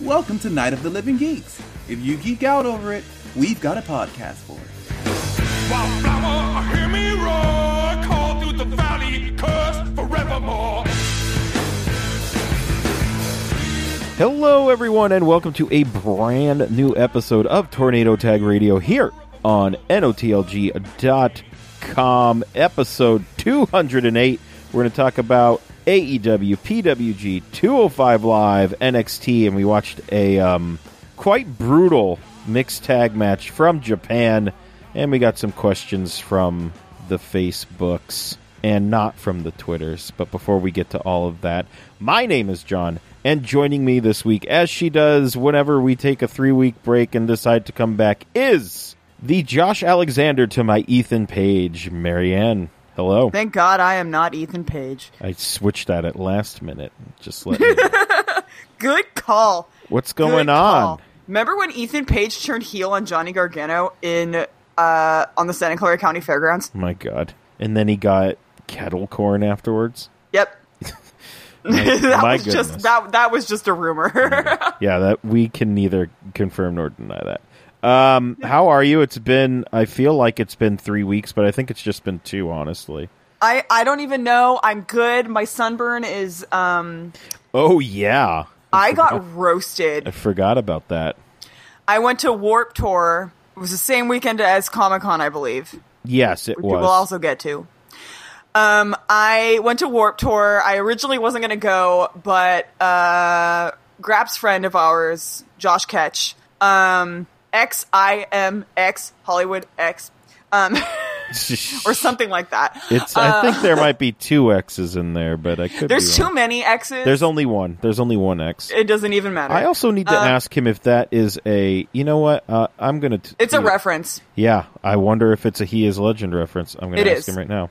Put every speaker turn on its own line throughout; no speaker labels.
welcome to Night of the Living Geeks. If you geek out over it, we've got a podcast for it.
Wildflower, hear me roar, call through the valley, cursed forevermore.
Hello, everyone, and welcome to a brand new episode of Tornado Tag Radio here on NOTLG.com, episode 208. We're going to talk about E AEW, PWG, 205 Live, NXT, and we watched a um, quite brutal mixed tag match from Japan, and we got some questions from the Facebooks and not from the Twitters. But before we get to all of that, my name is John, and joining me this week, as she does whenever we take a three week break and decide to come back, is the Josh Alexander to my Ethan Page, Marianne. Hello.
Thank God I am not Ethan Page.
I switched that at last minute. Just let you know.
Good call.
What's
Good
going
call.
on?
Remember when Ethan Page turned heel on Johnny Gargano in uh, on the Santa Clara County Fairgrounds?
My God. And then he got kettle corn afterwards.
Yep. that
my
was
goodness.
just that that was just a rumor.
yeah, that we can neither confirm nor deny that. Um, how are you? It's been. I feel like it's been three weeks, but I think it's just been two, honestly.
I I don't even know. I'm good. My sunburn is um
Oh yeah,
I got roasted.
I forgot about that.
I went to Warp Tour. It was the same weekend as Comic Con, I believe.
Yes, it
which
was.
we'll also get to. Um, I went to Warp Tour. I originally wasn't going to go, but uh, Grap's friend of ours, Josh Ketch, um, X I M X Hollywood X, um, or something like that. Uh,
It's. I think there might be two X's in there, but I could.
There's
be
too
wrong.
many X's.
There's only one. There's only one X.
it uh, doesn't even matter.
I also need to ask him if that is a. You know what? Uh, I'm gonna. T-
it's a
reference.
reference.
Yeah, I wonder if it's a he is legend reference. I'm going
It
to ask
is.
him right now.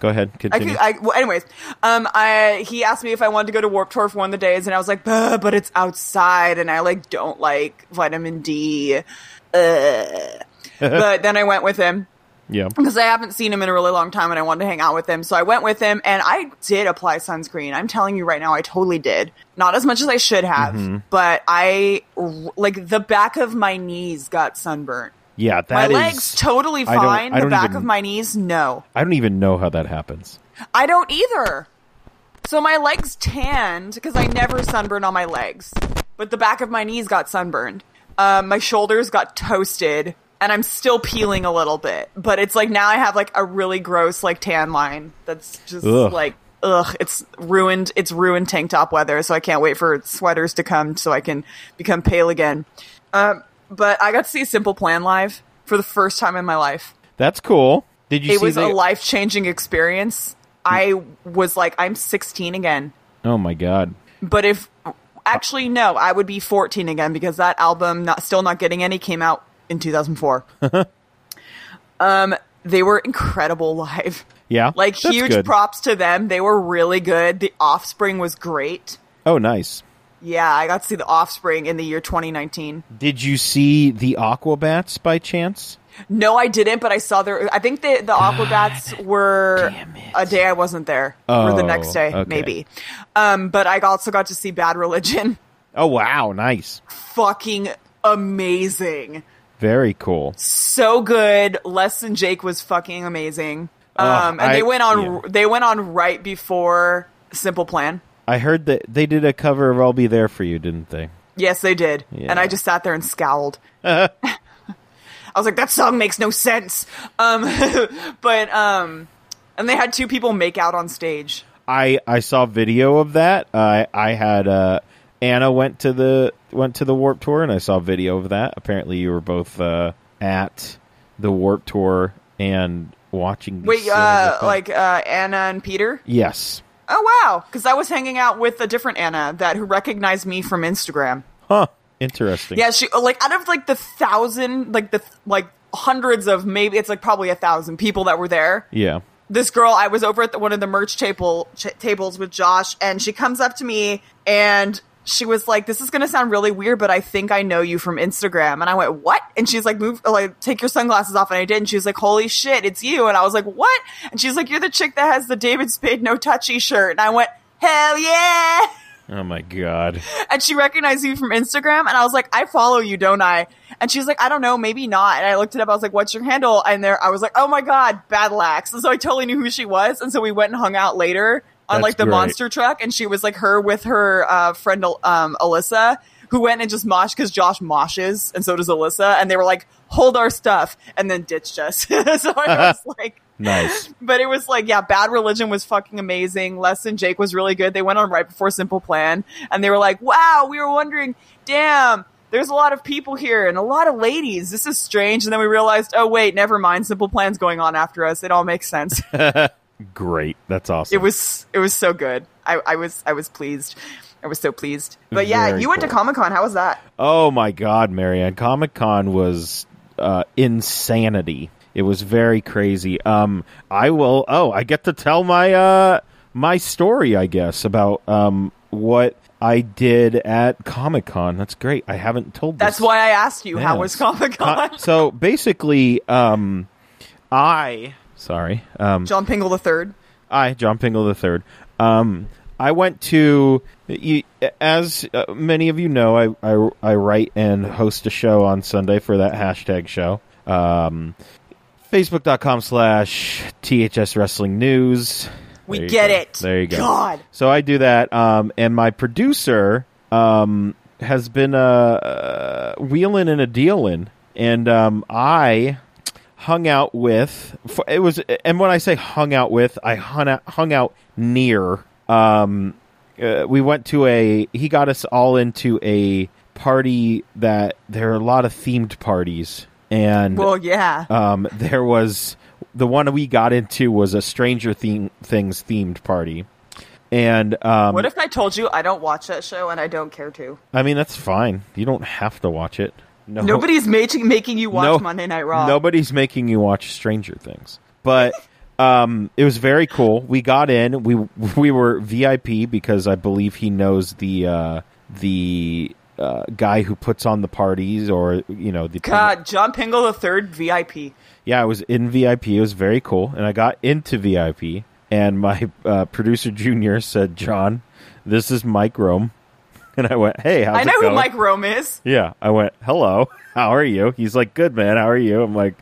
Go ahead,
I
continue.
could, I, well, anyways, um, I he asked me if I wanted to go to Warp Tour for one of the days, and I was like, "Bah, but it's outside, and I like don't like vitamin D. Ugh. but then I went with him
yeah,
because I haven't seen him in a really long time, and I wanted to hang out with him. So I went with him, and I did apply sunscreen. I'm telling you right now, I totally did. Not as much as I should have,
Mm-hmm.
but I r- like the back of my knees got sunburnt.
yeah.
My
That is.
legs totally
I
fine.
don't- I
the
don't
back
even-
of my knees, no.
I don't even know how that happens.
I don't either. So my legs tanned because I never sunburn on my legs, but the back of my knees got sunburned. Um, my shoulders got toasted, and I'm still peeling a little bit. But it's like now I have like a really gross like tan line that's just
Ugh.
like ugh. It's ruined. It's ruined tank top weather. So I can't wait for sweaters to come so I can become pale again. Um, but I got to see Simple Plan live for the first time in my life
That's cool. Did you
it
see
was
they-
a life changing experience. I was like, I'm 16 again.
Oh my god.
But if actually no, I would be 14 again because that album, not still not getting any, came out in 2004. um, they were incredible live.
Yeah.
Like
That's
huge
good.
props to them. They were really good. The Offspring was great.
Oh, nice.
Yeah, I got to see the Offspring in the year 2019.
Did you see the Aquabats by chance?
No, I didn't, but I saw their. I think the the Aquabats were a day I wasn't there, or
Oh,
the next day,
okay.
maybe. Um, but I also got to see Bad Religion.
Oh wow, nice.
Fucking amazing,
Very cool.
so good. Less than Jake was fucking amazing. Um,
Ugh,
and
I-
they went on.
yeah.
They went on right before Simple Plan.
I heard that they did a cover of "I'll Be There for You," didn't they?
Yes, they did.
Yeah.
And I just sat there and scowled. I was like, that song makes no sense. Um, but um, and they had two people make out on stage.
I I saw video of that. I I had uh, Anna went to the went to the Warp Tour, and I saw video of that. Apparently, you were both uh, at the Warp Tour and watching. these
Wait,
scenes
uh,
of that.
like uh, Anna and Peter?
yes,
Oh wow, because I was hanging out with a different Anna that who recognized me from Instagram.
huh? Interesting.
Yeah, she uh, like out of like the thousand, like the like hundreds of maybe it's like probably a thousand people that were there.
yeah.
This girl, I was over at the, one of the merch table ch- tables with Josh, and she comes up to me and she was like, "This is gonna sound really weird, but I think I know you from Instagram." And I went, "What?" And she's like, "Move, like, take your sunglasses off." And I did, and she was like, "Holy shit, it's you!" And I was like, "What?" And she's like, "You're the chick that has the David Spade no touchy shirt." And I went, "Hell yeah!"
Oh my god.
and she recognized me from Instagram, and I was like, I follow you, don't I? And she was like, I don't know, maybe not. And I looked it up. I was like, What's your handle? And there, I was like, Oh my god, Badlax. And so I totally knew who she was. And so we went and hung out later on
That's
like the
great.
monster truck, and she was like her with her uh, friend um, Alyssa, who went and just moshed because Josh moshes, and so does Alyssa. And they were like, Hold our stuff, and then ditched us. so I was like.
Nice.
But it was like, yeah, Bad Religion was fucking amazing. Less Than Jake was really good. They went on right before Simple Plan, and they were like, wow, we were wondering, damn, there's a lot of people here and a lot of ladies. This is strange. And then we realized, oh, wait, never mind. Simple Plan's going on after us. It all makes sense.
Great. That's awesome.
it was, it was so good. I, I was, I was pleased. I was so pleased. But yeah,
Very
you went to
cool.
Comic Con. How was that?
Oh my God, Marianne! Comic Con was uh, insanity. It was very crazy. Um, I will. Oh, I get to tell my uh, my story, I guess, about um, what I did at Comic Con. That's great. I haven't told.
That's
this.
why I asked you, how
Yeah.
was Comic Con?
Uh, so basically, um, I sorry. Um,
John Pingle the third.
I, John Pingle the third. Um, I went to you, as uh, many of you know, I, I I write and host a show on Sunday for that hashtag show. Um, Facebook.com slash THS Wrestling News.
We
There you
get
go.
it.
There you go.
God.
So I do that, um, and my producer um, has been uh, uh, wheeling and a dealing, and um, I hung out with. f- It was, and when I say hung out with, I hung out, hung out near. Um, uh, we went to a. He got us all into a party that there are a lot of themed parties, and
Well, yeah.
um, there was the one we got into was a Stranger theme, Things themed party, and um,
what if I told you I don't watch that show and I don't care to?
I mean that's fine. You don't have to watch it. No,
Nobody's making making you watch
no-
Monday Night Raw.
Nobody's making you watch Stranger Things, but um, it was very cool. We got in. We we were VIP because I believe he knows the uh, the uh, guy who puts on the parties, or you know the
God, John Pingle the third VIP.
yeah, I was in VIP. It was very cool, and I got into VIP. And my uh, producer junior said, "John, this is Mike Rome," and I went, "Hey, how's
I know
it
who
going?"
Mike Rome is.
Yeah, I went, "Hello, how are you?" He's like, "Good, man. How are you?" I'm like,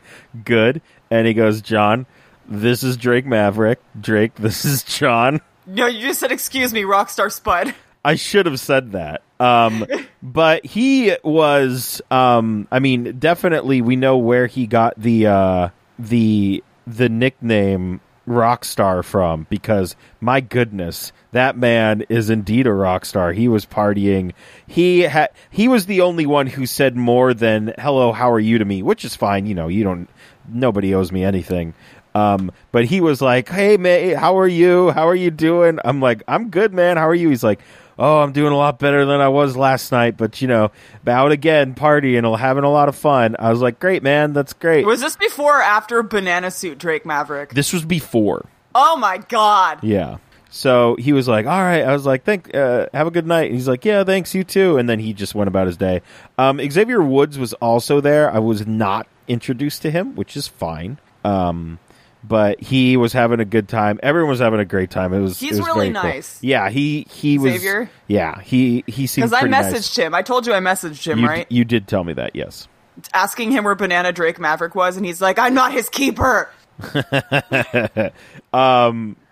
"Good," and he goes, "John, this is Drake Maverick. Drake, this is John."
No, you just said excuse me, Rockstar Spud.
I should have said that. Um, but he was, um, I mean, definitely we know where he got the uh, the the nickname Rockstar from because my goodness, that man is indeed a rock star. He was partying. He had he was the only one who said more than "Hello, how are you?" to me, which is fine. You know, you don't nobody owes me anything. Um, but he was like, "Hey, man, how are you? How are you doing?" I'm like, "I'm good, man. How are you?" He's like, "Oh, I'm doing a lot better than I was last night, but you know, out again, partying, and having a lot of fun." I was like, "Great, man. That's great."
Was this before or after Banana Suit Drake Maverick?
this was before.
Oh my god.
Yeah. So he was like, "All right." I was like, "Thank, uh, have a good night." And he's like, "Yeah, thanks, you too." And then he just went about his day. Um, Xavier Woods was also there. I was not introduced to him, which is fine. Um, but he was having a good time. Everyone was having a great time. It was.
He's
it was
really
very cool.
nice.
Yeah, he he was.
Xavier?
Yeah, he he seemed
Because I
pretty
messaged
nice.
him. I told you I messaged him,
You,
right?
you did tell me that. Yes.
Asking him where Banana Drake Maverick was, and he's like, I'm not his keeper.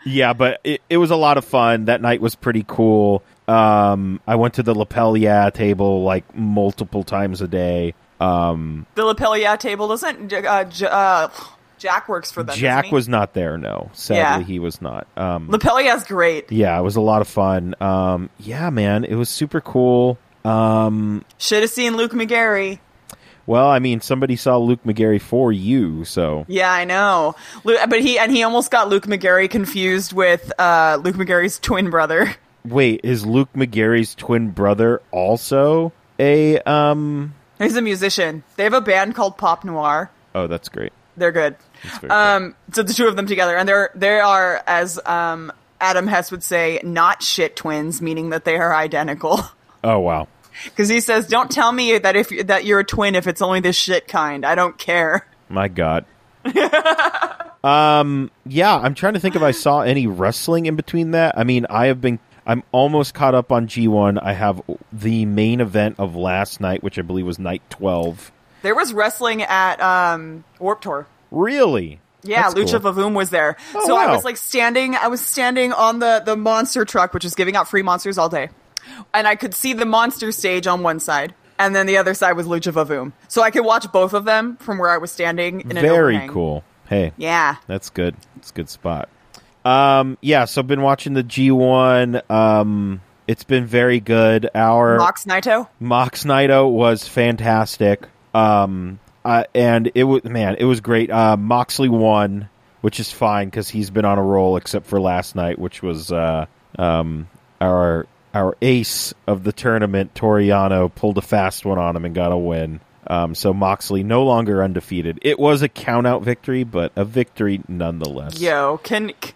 Yeah, but it, it was a lot of fun. That night was pretty cool. Um, I went to the lapel yeah table like multiple times a day.
The Lapelia table doesn't. Uh, J- uh, Jack works for them.
Jack
doesn't he?
was not there. No, sadly
Yeah.
he was not. Um,
Lapelia's great.
yeah, it was a lot of fun. Um, yeah, man, it was super cool.
Should have seen Luke McGarry.
Well, I mean, somebody saw Luke McGarry for you, so
Yeah, I know. Lu- But he and he almost got Luke McGarry confused with uh, Luke McGarry's twin brother.
wait, is Luke McGarry's twin brother also a? Um,
He's a musician. They have a band called Pop Noir.
oh, that's great.
They're good.
That's very
Um, so the two of them together, and they're they are as um, Adam Hess would say, not shit twins, meaning that they are identical.
cool. Oh wow,
Because he says, "Don't tell me that if you that you're a twin if it's only the shit kind. I don't care."
my god. um, yeah, I'm trying to think if I saw any wrestling in between that. I mean, I have been. I'm almost caught up on G1. I have the main event of last night, which I believe was night 12.
There was wrestling at um, Warp Tour.
Really?
Yeah,
That's
Lucha
cool.
Vavoom was there.
Oh,
so I
wow.
was like standing I was standing on the the monster truck which was giving out free monsters all day. And I could see the monster stage on one side and then the other side was Lucha Vavoom. So I could watch both of them from where I was standing in an
Very
overhang.
cool. Hey,
Yeah.
that's good. It's a good spot. Um, yeah, so I've been watching the G1. Um, it's been very good. Our
Mox Naito?
Mox Naito was fantastic. Um, uh, and it was man, it was great. Uh, Moxley won, which is fine because he's been on a roll, except for last night, which was uh, um, our our ace of the tournament, Toriano, pulled a fast one on him and got a win. Um, so Moxley no longer undefeated. It was a count out victory, but a victory nonetheless.
Yo, can c-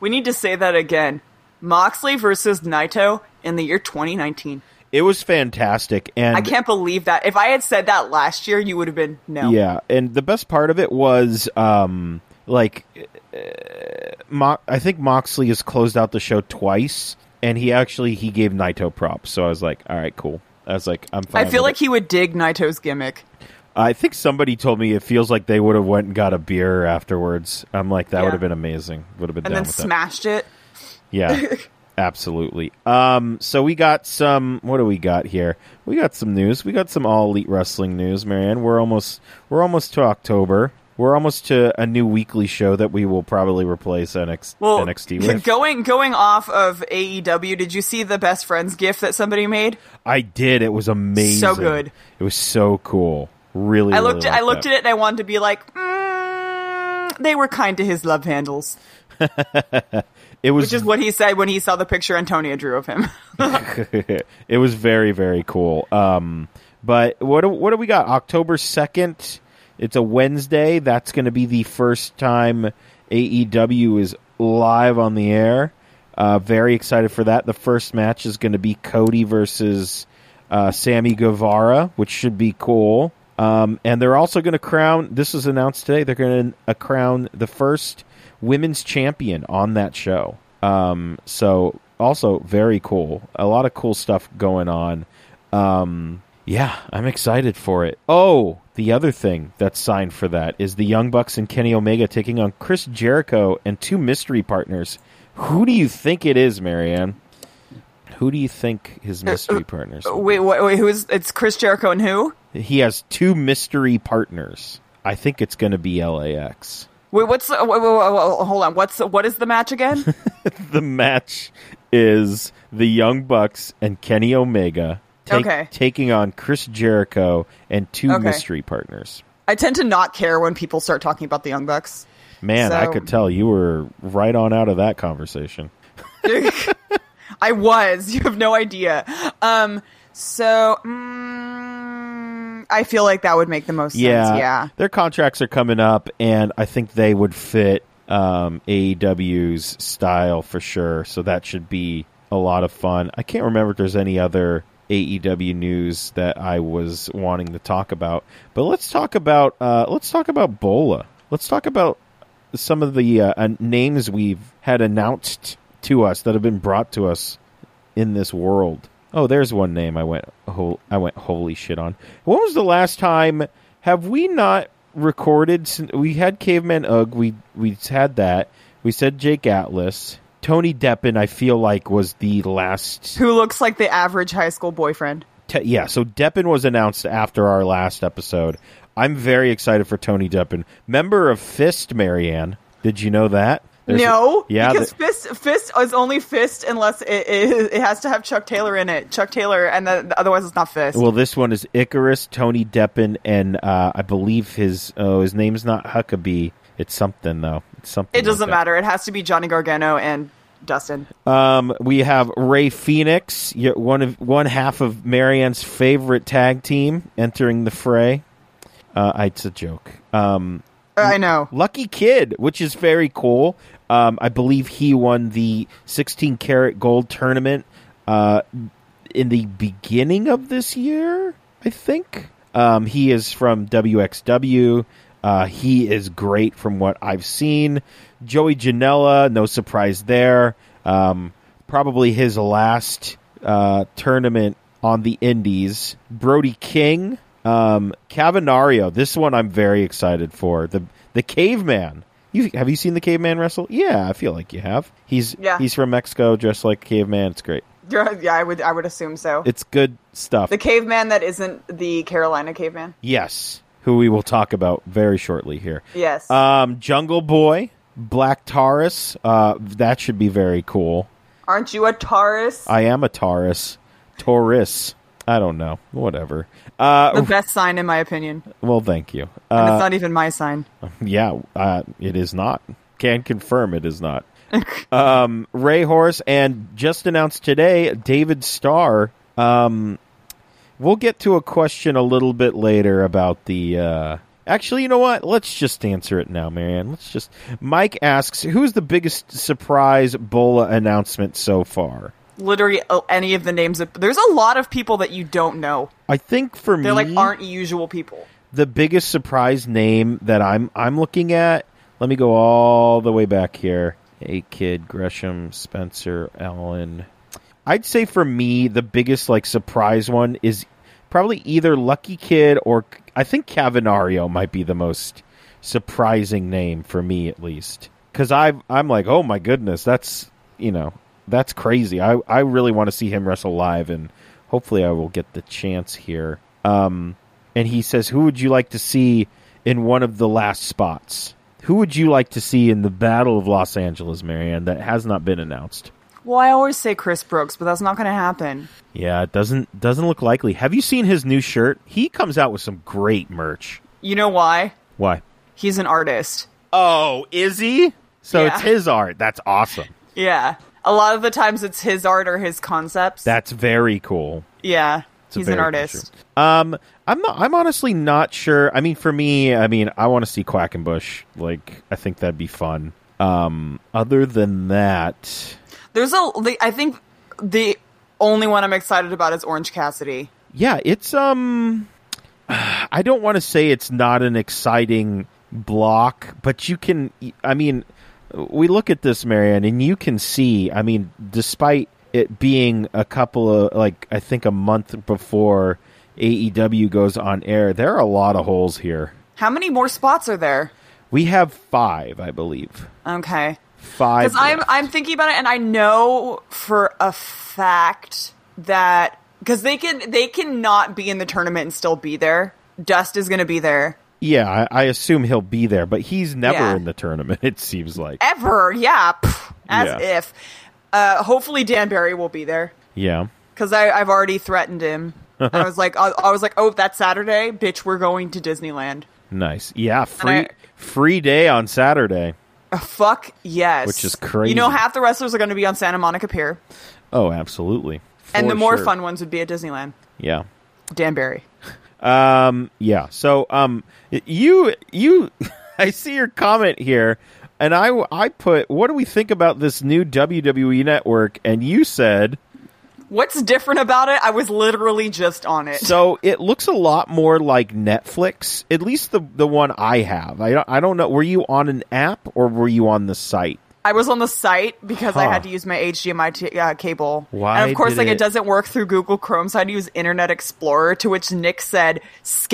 we need to say that again. Moxley versus Naito in the year 2019.
it was fantastic. And
I can't believe that. If I had said that last year, you would have been no.
Yeah, and the best part of it was um like uh, Mo- I think Moxley has closed out the show twice and he actually he gave Naito props. So I was like, all right, cool. I was like, I'm fine.
I feel
with
like he would dig Naito's gimmick.
it. I think somebody told me it feels like they would have went and got a beer afterwards. I'm like, that
Yeah.
would have been amazing. Would have been
and
down
then
with
smashed it.
that. Yeah. Absolutely. Um so we got some what do we got here? We got some news. We got some all elite wrestling news, Marianne. We're almost we're almost to October. We're almost to a new weekly show that we will probably replace NX-
Well,
NXT with.
going going off of AEW, did you see the best friends gift that somebody made?
I did. It was amazing.
So good.
It was so cool. Really
I looked
really
I looked at it and I wanted to be like, mm, they were kind to his love handles,
it. It was
which is what he said when he saw the picture Antonia drew of him.
it was very very cool. Um, but what do, what do we got? October second. It's a Wednesday. That's going to be the first time AEW is live on the air. Uh, very excited for that. The first match is going to be Cody versus uh, Sammy Guevara, which should be cool. Um, and they're also going to crown. This was announced today. They're going to uh, crown the first women's champion on that show. Um, so also very cool. A lot of cool stuff going on. Um, yeah, I'm excited for it. Oh, the other thing that's signed for that is the Young Bucks and Kenny Omega taking on Chris Jericho and two mystery partners. Who do you think it is, Marianne? Who do you think his mystery partners? would be?
wait, wait, wait, who is? It's Chris Jericho and who?
He has two mystery partners. I think it's going to be LAX.
Wait, what's? the- wait, wait, wait, wait, hold on. What's what is the match again?
The match is the Young Bucks and Kenny Omega take,
Okay.
taking on Chris Jericho and two
Okay.
mystery partners.
I tend to not care when people start talking about the Young Bucks.
Man, I
So-
could tell you were right on out of that conversation.
I was. You have no idea. Um. So, mm, I feel like that would make the most sense. Yeah.
Their contracts are coming up, and I think they would fit um, AEW's style for sure. So that should be a lot of fun. I can't remember if there's any other AEW news that I was wanting to talk about, but let's talk about uh, let's talk about Bola. Let's talk about some of the uh, uh, names we've had announced to us that have been brought to us in this world. Oh, there's one name I went hol- I went holy shit on. When was the last time have we not recorded sin- we had Caveman Ugg, we we had that. We said Jake Atlas. Tony Deppen I feel like was the last
Who looks like the average high school boyfriend?
Te- yeah, so Deppen was announced after our last episode. I'm very excited for Tony Deppen, member of Fist, Marianne. Did you know that? There's-
no,
yeah,
because
th-
fist fist is only fist unless it, it, it has to have Chuck Taylor in it. Chuck Taylor, and the, otherwise it's not fist.
well, this one is Icarus, Tony Deppen, and uh, I believe his oh his name's not Huckabee. It's something though. It's something.
it doesn't
like that.
matter. It has to be Johnny Gargano and Dustin.
Um, we have Ray Phoenix, y- one of one half of Marianne's favorite tag team, entering the fray. Uh, it's a joke. Um,
Uh, I know.
Lucky Kid, which is very cool. Um, I believe he won the 16 karat gold tournament uh, in the beginning of this year, I think. Um, he is from WXW. Uh, he is great from what I've seen. Joey Janela, no surprise there. Um, probably his last uh, tournament on the Indies. Brody King, um, Cavanario. This one I'm very excited for. The the caveman. You have you seen the caveman wrestle? Yeah, I feel like you have. He's
Yeah.
he's from Mexico, just like caveman. It's great.
yeah, I would I would assume so.
It's good stuff.
the caveman that isn't the Carolina caveman.
yes, who we will talk about very shortly here.
Yes.
Um, Jungle Boy, Black Taurus. Uh, that should be very cool.
Aren't you a Taurus?
I am a Taurus. Taurus. I don't know. Whatever. Uh,
the best sign in my opinion. And
well, thank you. Uh,
it's not even my sign.
yeah, uh, it is not. Can confirm it is not. um, Ray Horse and just announced today, David Starr. Um, we'll get to a question a little bit later about the. Uh, actually, you know what? Let's just answer it now, Marianne. Let's just. Mike asks, "Who's the biggest surprise Bola announcement so far?"
Literally uh, any of the names that there's a lot of people that you don't know.
I think for
They're
me,
like aren't usual people.
the biggest surprise name that I'm I'm looking at. Let me go all the way back here. A kid, Gresham, Spencer, Allen. I'd say for me the biggest like surprise one is probably either Lucky Kid or I think Cavanario might be the most surprising name for me at least because I I'm like oh my goodness that's you know that's crazy I I really want to see him wrestle live and hopefully I will get the chance here um and he says who would you like to see in one of the last spots who would you like to see in the Battle of Los Angeles Marianne that has not been announced
Well, I always say Chris Brooks, but that's not going to happen.
yeah it doesn't doesn't look likely have you seen his new shirt he comes out with some great merch
You know why?
why
He's an artist.
Oh, is he? So
Yeah.
it's his art. That's awesome.
Yeah. A lot of the times it's his art or his concepts.
That's very cool.
yeah.
It's a
He's an
very
artist.
cool shirt. Um, I'm not. I'm honestly not sure. I mean, for me, I mean, I want to see Quackenbush. Like, I think that'd be fun. Um, other than that,
There's a the, I think the only one I'm excited about is Orange Cassidy.
yeah, it's um, I don't want to say it's not an exciting block, but you can. I mean, we look at this, Marianne, and you can see. I mean, despite it being a couple of like, I think a month before AEW goes on air, there are a lot of holes here.
How many more spots are there?
We have five, I believe.
Okay.
Five.
Because I'm
left.
I'm thinking about it, and I know for a fact that because they can they cannot be in the tournament and still be there. Dust is going to be there
yeah, I, I assume he'll be there, but he's never
Yeah.
in the tournament. It seems like.
ever. Yeah, pff, as
Yeah.
if. Uh, hopefully Dan Barry will be there
Yeah.
because I've already threatened him. I was like, I, I was like, oh, that's Saturday, bitch. We're going to Disneyland.
Nice. Yeah. Free
I-
free day on Saturday.
Uh, Fuck yes,
Which is crazy.
You know, half the wrestlers are going to be on Santa Monica Pier,
Oh, absolutely.
and
For
the more
sure.
fun ones would be at Disneyland.
Yeah.
Dan Barry.
Um yeah. So um y- you you I see your comment here and I I put what do we think about this new WWE network and you said
What's different about it? I was literally just on it.
so it looks a lot more like Netflix at least the the one I have. I don't, I don't know were you on an app or were you on the site?
I was on the site because I
Huh.
had to use my HDMI t- uh, cable.
Why
and of course,
did
like it...
it-
doesn't work through Google Chrome, so I had to use Internet Explorer. To which Nick said,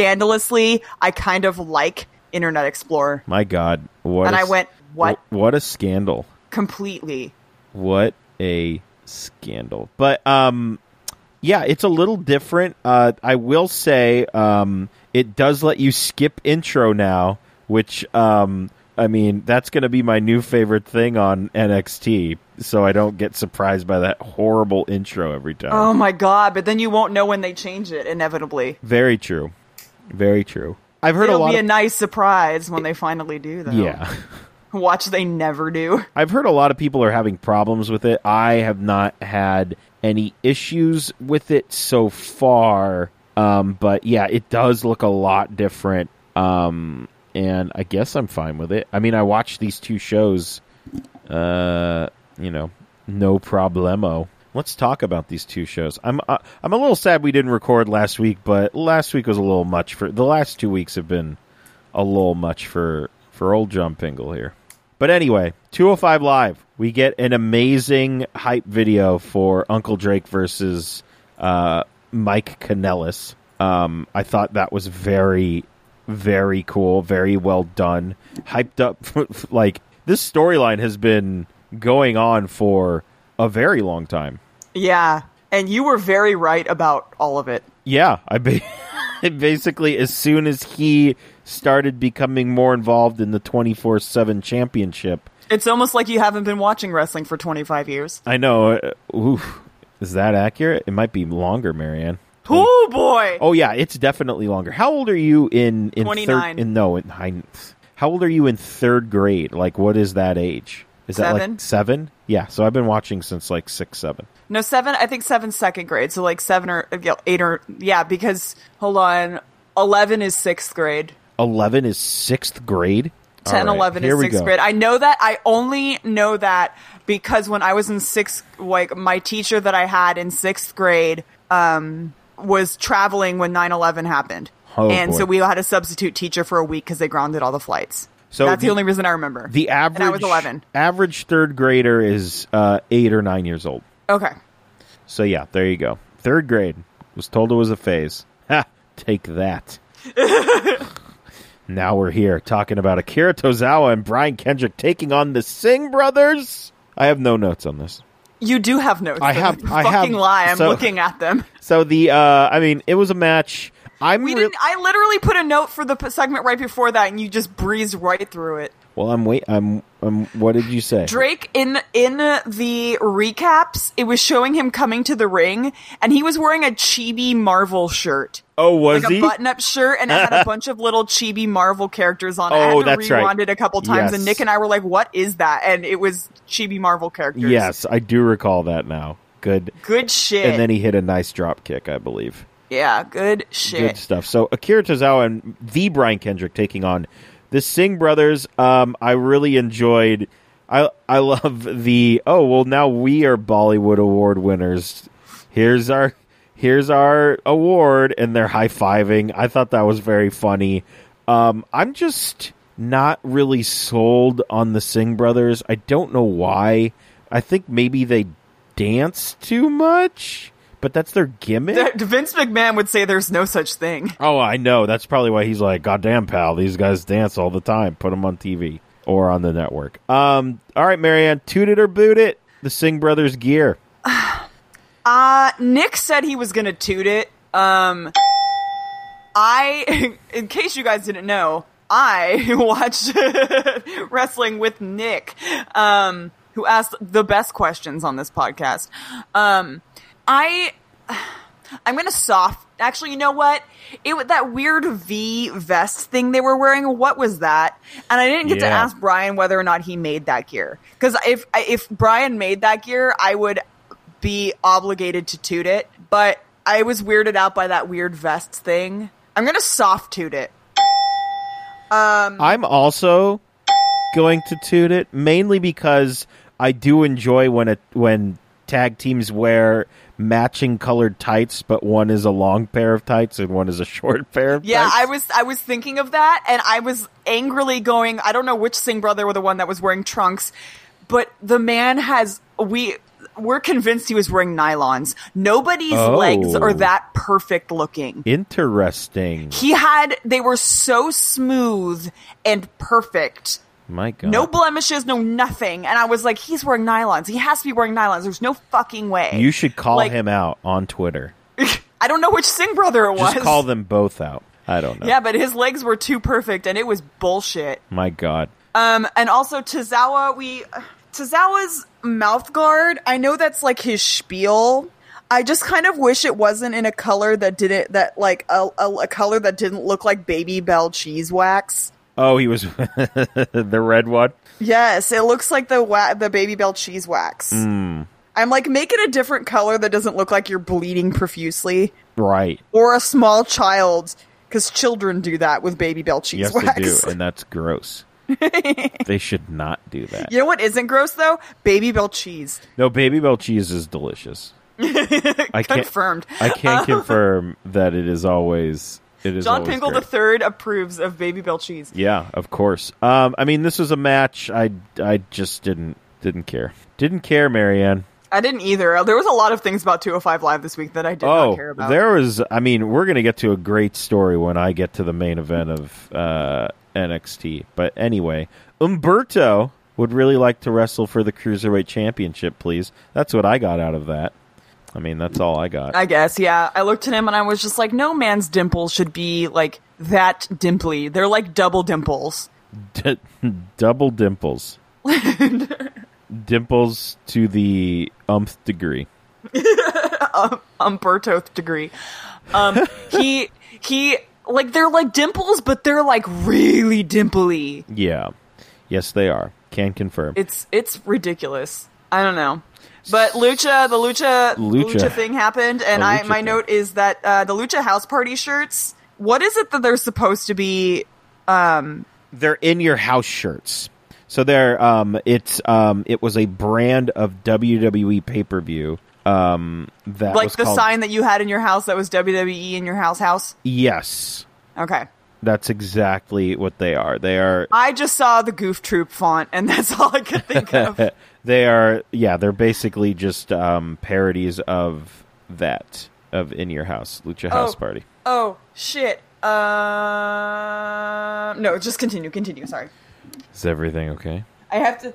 scandalously, "I kind of like Internet Explorer."
My god, what
And
I
I went, "What?"
What a scandal.
Completely.
What a scandal. But um yeah, it's a little different. Uh I will say um it does let you skip intro now, which um I mean, that's going to be my new favorite thing on NXT, so I don't get surprised by that horrible intro every time.
Oh my god! But then you won't know when they change it. Inevitably,
Very true. Very true. I've heard a
it'll
lot
be a
of
nice surprise when they finally do. Though,
Yeah.
Watch, they never do.
I've heard a lot of people are having problems with it. I have not had any issues with it so far. Um, but yeah, it does look a lot different. Um, and I guess I'm fine with it. I mean, I watched these two shows. Uh, you know, no problemo. Let's talk about these two shows. I'm uh, I'm a little sad we didn't record last week, but last week was a little much for the last two weeks have been a little much for for old John Pingle here. But anyway, 205 Live, we get an amazing hype video for Uncle Drake versus uh, Mike Kanellis. Um, I thought that was very, very cool, very well done. Hyped up. like, this storyline has been going on for a very long time.
Yeah. And you were very right about all of it.
Yeah, I ba- basically as soon as he started becoming more involved in the 24/7 championship.
It's almost like you haven't been watching wrestling for 25 years.
I know, uh, oof, is that accurate? It might be longer, Marianne.
Oh boy.
Oh yeah, it's definitely longer. How old are you in in third
29.
in no, in high, How old are you in 3rd grade? Like what is that age? Is that
Seven.
like 7? Yeah, so I've been watching since like 6 7.
No, seven. I think seven second grade. So like seven or yeah, eight or yeah. Because hold on, eleven is sixth grade.
11 is 6th grade.
10,
All right,
11
here
is
we
sixth
go.
grade. I know that. I only know that because when I was in sixth, like my teacher that I had in sixth grade um, was traveling when 9-11 happened,
Oh,
and
boy.
so we had a substitute teacher for a week because they grounded all the flights.
So
that's the,
the-
only reason I remember.
The average
And I was 11.
average third grader is uh, eight or nine years old.
Okay.
So yeah, there you go. Third grade was told it was a phase. Ha! Take that. now we're here talking about Akira Tozawa and Brian Kendrick taking on the Singh brothers. I have no notes on this.
You do have notes.
I
though.
have- I have-
fucking lie. I'm
so-
looking at them.
So the uh, I mean, it was a match. I'm
We
re-
didn't. I literally put a note for the p- segment right before that, and you just breezed right through it.
well. I'm wait. I'm. I'm. What did you say?
Drake in in the recaps, it was showing him coming to the ring, and he was wearing a chibi Marvel shirt,
oh, was
like
he?
a button up shirt, and it had a bunch of little chibi Marvel characters on. it. I
Oh,
had to
that's right.
rewind it a couple times, and
Yes.
Nick and I were like, "What is that?" And it was chibi Marvel characters.
Yes, I do recall that now. Good.
good shit.
And then he hit a nice drop kick, I believe.
yeah, good
good
shit.
stuff. So Akira Tozawa and the Brian Kendrick taking on the Singh brothers. Um, I really enjoyed. I I love the. Oh well, now we are Bollywood award winners. Here's our here's our award, and they're high fiving. I thought that was very funny. Um, I'm just not really sold on the Singh brothers. I don't know why. I think maybe they dance too much, but that's their gimmick.
Vince McMahon would say there's no such thing.
Oh, I know. That's probably why he's like, "Goddamn, pal, these guys dance all the time. Put them on TV or on the network." Um. All right, Marianne, toot it or boot it. The Singh brothers gear.
Uh, Nick said he was gonna toot it. Um, I, in case you guys didn't know, I watched wrestling with Nick, um, who asked the best questions on this podcast. Um, I, I'm gonna soft. Actually, you know what? It was that weird V vest thing they were wearing. What was that? And I didn't get to
Yeah.
ask Brian whether or not he made that gear. Because if if Brian made that gear, I would be obligated to toot it. But I was weirded out by that weird vest thing. I'm gonna soft toot it.
I'm also going to toot it mainly because I do enjoy when it when tag teams wear matching colored tights, but one is a long pair of tights and one is a short pair. Of
Yeah,
tights.
I was I was thinking of that, and I was angrily going. I don't know which Singh brother were the one that was wearing trunks, but the man has we we're convinced he was wearing nylons. Nobody's
Oh.
legs are that perfect looking.
interesting.
He had they were so smooth and perfect.
My God,
No blemishes, no nothing. And I was like, he's wearing nylons. He has to be wearing nylons. There's no fucking way.
you should call
Like-
him out on Twitter.
I don't know which Singh brother it was.
Just call them both out. I don't know.
Yeah, but his legs were too perfect and it was bullshit.
My God.
Um, and also Tozawa, we Tozawa's mouth guard. I know that's like his spiel. I just kind of wish it wasn't in a color that didn't that like a, a, a color that didn't look like baby bell cheese wax.
Oh, he was the red one.
Yes, it looks like the wa- the baby bell cheese wax.
Hmm.
I'm like, make it a different color that doesn't look like you're bleeding profusely
Right.
or a small child, because children do that with baby bell cheese
Yes,
wax.
they do, and that's gross. they should not do that.
You know what isn't gross though? Baby bell cheese.
No, baby bell cheese is delicious. I can't,
Confirmed.
I can't confirm that it is always It is
John
always
Pingle
great.
III approves of Baby Bill Cheese.
Yeah, of course. Um, I mean, this was a match. I I just didn't didn't care. Didn't care, Marianne.
I didn't either. There was a lot of things about 205 Live this week that I did not care
Oh,
about.
there was. I mean, we're gonna get to a great story when I get to the main event of uh, NXT. But anyway, Umberto would really like to wrestle for the cruiserweight championship, please. That's what I got out of that. I mean, that's all I got.
I guess, yeah. I looked at him and I was just like, no man's dimples should be like that dimply. They're like double dimples.
D- double dimples. dimples to the umpth degree.
Umberto degree. Um, he he like they're like dimples, but they're like really dimply.
Yeah. Yes, they are. Can confirm.
It's it's ridiculous. I don't know. But lucha, the lucha,
Lucha.
lucha, thing happened, and
The
I
lucha
my
thing.
note is that uh, the lucha house party shirts. What is it that they're supposed to be?
they're in your house shirts. So they're um it's um it was a brand of WWE pay per view um that
Like
was
the
called-
sign that you had in your house that was WWE in your house house.
Yes,
Okay,
that's exactly what they are. They are
I just saw the Goof Troop font, and that's all I could think of.
they are yeah they're basically just um parodies of that of in your house lucha house
Oh.
party.
Oh shit. Um, no, just continue, continue. Sorry,
Is everything okay?
I have to.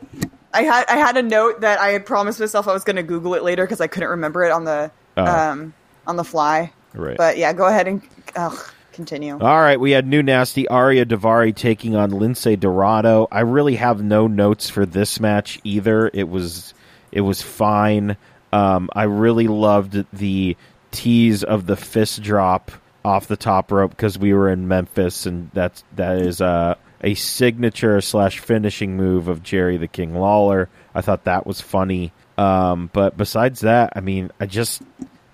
I had I had a note that I had promised myself I was going to Google it later because I couldn't remember it on the
Oh.
um on the fly.
Right.
But yeah, go ahead and ugh, continue.
All right, we had new nasty Aria Davari taking on Lindsay Dorado. I really have no notes for this match either. It was it was fine. Um, I really loved the tease of the fist drop off the top rope because we were in Memphis, and that's that is uh, a signature slash finishing move of Jerry the King Lawler. I thought that was funny. Um, but besides that, I mean, I just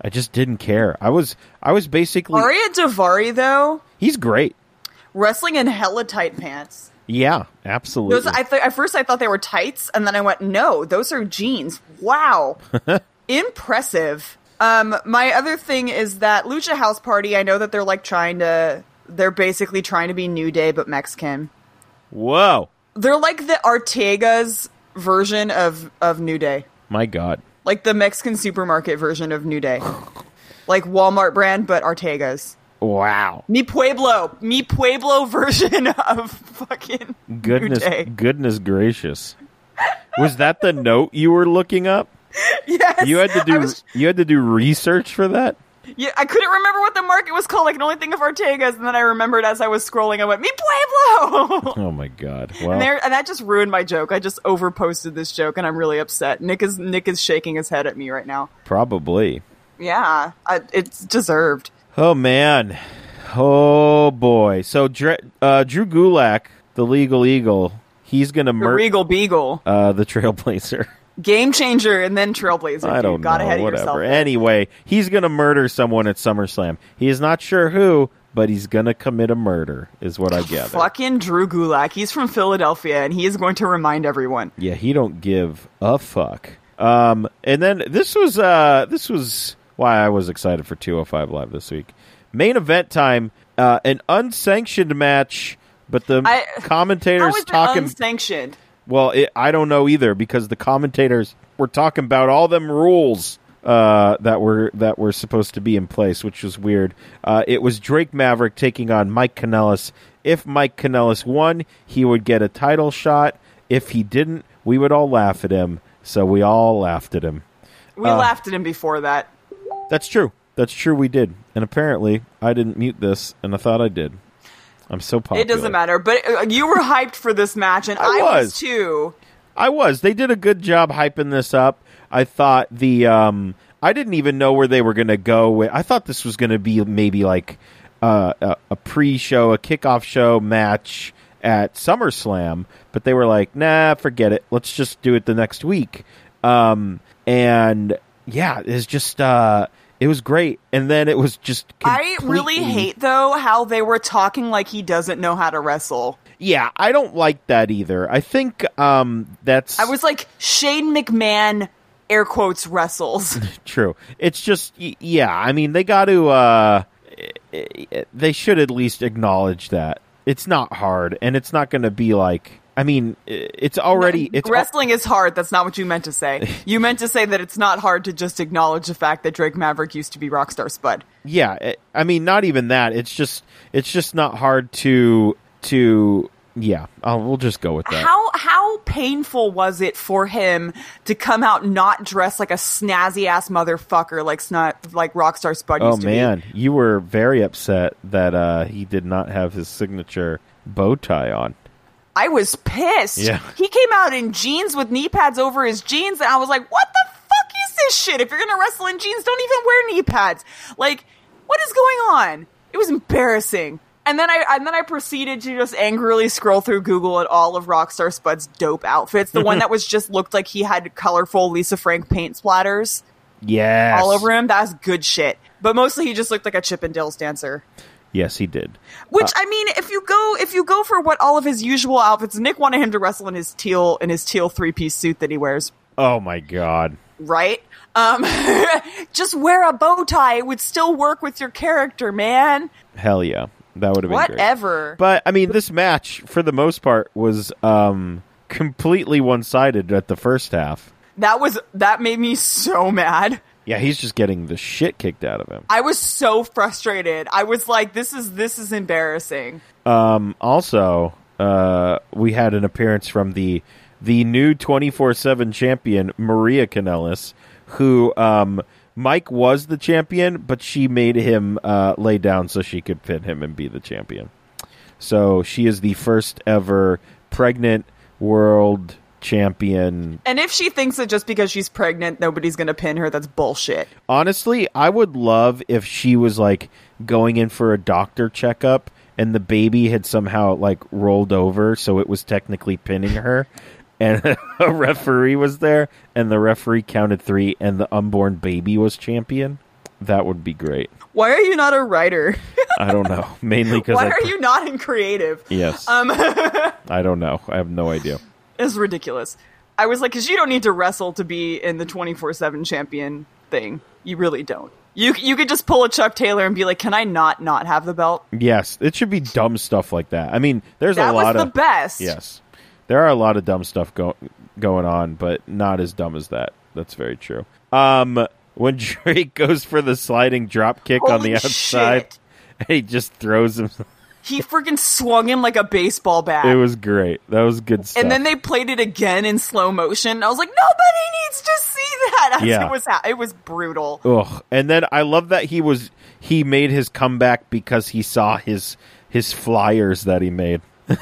I just didn't care. I was I was basically
Aria Davari though
he's great.
wrestling in hella tight pants.
Yeah, absolutely.
Those I th- at first I thought they were tights, and then I went, no, those are jeans. Wow, impressive. Um, my other thing is that Lucha House Party. I know that they're like trying to. They're basically trying to be New Day but Mexican.
Whoa,
They're like the Artega's version of of New Day,
my God,
like the Mexican supermarket version of New Day, like Walmart brand but Artega's.
wow,
Mi Pueblo, Mi Pueblo version of fucking
goodness,
New Day.
goodness gracious. Was that the note you were looking up?
Yes,
You had to
I
do
was-
you had to do research for that.
yeah, I couldn't remember what the market was called. I can only think of Ortega's, and then I remembered as I was scrolling, I went Mi Pueblo,
Oh my God!
and,
Well,
there, and that just ruined my joke. I just overposted this joke, and I'm really upset. Nick is Nick is shaking his head at me right now.
probably.
Yeah, I, it's deserved.
Oh man, oh boy. So Dre, uh, Drew Gulak, the legal eagle, he's gonna
The
murder
Regal Beagle,
uh, the trailblazer.
game changer, and then Trailblazer.
I
You
don't
got
know.
ahead of
whatever.
yourself.
Anyway, he's gonna murder someone at SummerSlam. He is not sure who, but he's gonna commit a murder. Is what I gather.
Fucking Drew Gulak. He's from Philadelphia, and he is going to remind everyone.
Yeah, he don't give a fuck. Um, and then this was uh, this was why I was excited for 205 Live this week. Main event time, uh, an unsanctioned match, but the
I- How
commentators
is it
talking.
unsanctioned?
well, it, I don't know either because the commentators were talking about all them rules uh, that were that were supposed to be in place, which was weird. Uh, it was Drake Maverick taking on Mike Kanellis. If Mike Kanellis won, he would get a title shot. If he didn't, we would all laugh at him. So we all laughed at him.
We
Uh.
laughed at him before that.
That's true. That's true. We did, and apparently I didn't mute this, and I thought I did. I'm so popular.
It doesn't matter. But uh, you were hyped for this match, and I, was.
was.
too.
I was. They did a good job hyping this up. I thought the um I didn't even know where they were going to go with. I thought this was going to be maybe like uh, a, a pre-show, a kickoff show match at SummerSlam, but they were like, "Nah, forget it. Let's just do it the next week." Um and yeah, it's just uh it was great. And then it was just
I really
completely-
hate though how they were talking like he doesn't know how to wrestle.
Yeah, I don't like that either. I think um that's
I was like Shane McMahon air quotes wrestles.
True. It's just y- yeah. I mean, they got to. Uh, they should at least acknowledge that it's not hard, and it's not going to be like. I mean, i- it's already it's al-
Wrestling is hard. That's not what you meant to say. You meant to say that it's not hard to just acknowledge the fact that Drake Maverick used to be Rockstar Spud.
yeah. i I mean, not even that. It's just it's just not hard to to yeah. i we'll just go with that.
How how painful was it for him to come out not dressed like a snazzy ass motherfucker like snot like Rockstar Spud
oh
used to be?
man, you were very upset that uh, he did not have his signature bow tie on.
I was pissed.
Yeah.
He came out in jeans with knee pads over his jeans, and I was like, what the fuck is this shit? If you're gonna wrestle in jeans, don't even wear knee pads. Like, what is going on? It was embarrassing. And then I and then I proceeded to just angrily scroll through Google at all of Rockstar Spud's dope outfits. The one that was just looked like he had colorful Lisa Frank paint splatters
Yes,
all over him. That's good shit. But mostly he just looked like a Chippendales dancer.
Yes, he did.
Which I mean, if you go if you go for what all of his usual outfits, Nick wanted him to wrestle in his teal in his teal three piece suit that he wears,
Oh my god.
right? Um, just wear a bow tie; it would still work with your character, man.
Hell yeah. That would have been great.
Whatever.
But I mean, this match for the most part was um, completely one-sided at the first half.
that was that made me so mad.
Yeah, he's just getting the shit kicked out of him.
I was so frustrated. I was like, "This is this is embarrassing."
Um, also, uh, we had an appearance from the the new twenty four seven champion Maria Kanellis, who um, Mike was the champion, but she made him uh, lay down so she could pin him and be the champion. So she is the first ever pregnant world champion.
And if she thinks that just because she's pregnant, nobody's gonna pin her, that's bullshit.
Honestly, I would love if she was like going in for a doctor checkup and the baby had somehow like rolled over so it was technically pinning her and a referee was there and the referee counted 3 and the unborn baby was champion. That would be great.
Why are you not a writer?
I don't know. Mainly cuz
Why
I
are you Um, not in creative?
Yes. I don't know. I have no idea.
It's ridiculous. I was like, because you don't need to wrestle to be in the twenty four seven champion thing. You really don't. You you could just pull a Chuck Taylor and be like, can I not not have the belt?
Yes, it should be dumb stuff like that. I mean, there's
that
a lot
was
of
the best.
Yes. There are a lot of dumb stuff go- going on, but not as dumb as that. That's very true. Um, when Drake goes for the sliding drop kick on
Holy
the outside,
shit.
he just throws him.
He freaking swung him like a baseball bat.
It was great. That was good stuff.
and then they played it again in slow motion. I was like, nobody needs to see that.
Yeah.
It was ha- it was brutal.
Ugh. And then I love that he was he made his comeback because he saw his his flyers that he made.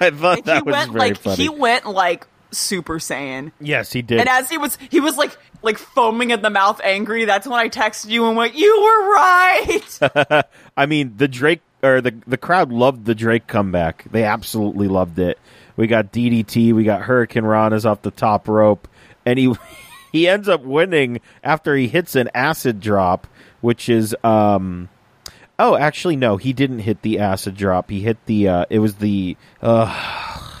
I thought
he
that was
went
very
like
funny.
he went like Super Saiyan.
yes, he did.
And as he was, he was like, like foaming at the mouth, angry. That's when I texted you and went, "You were right."
I mean, the Drake or the the crowd loved the Drake comeback. They absolutely loved it. We got DDT, we got Hurricane Rana's off the top rope, and he he ends up winning after he hits an acid drop, which is um oh actually no, he didn't hit the acid drop. He hit the uh, it was the uh,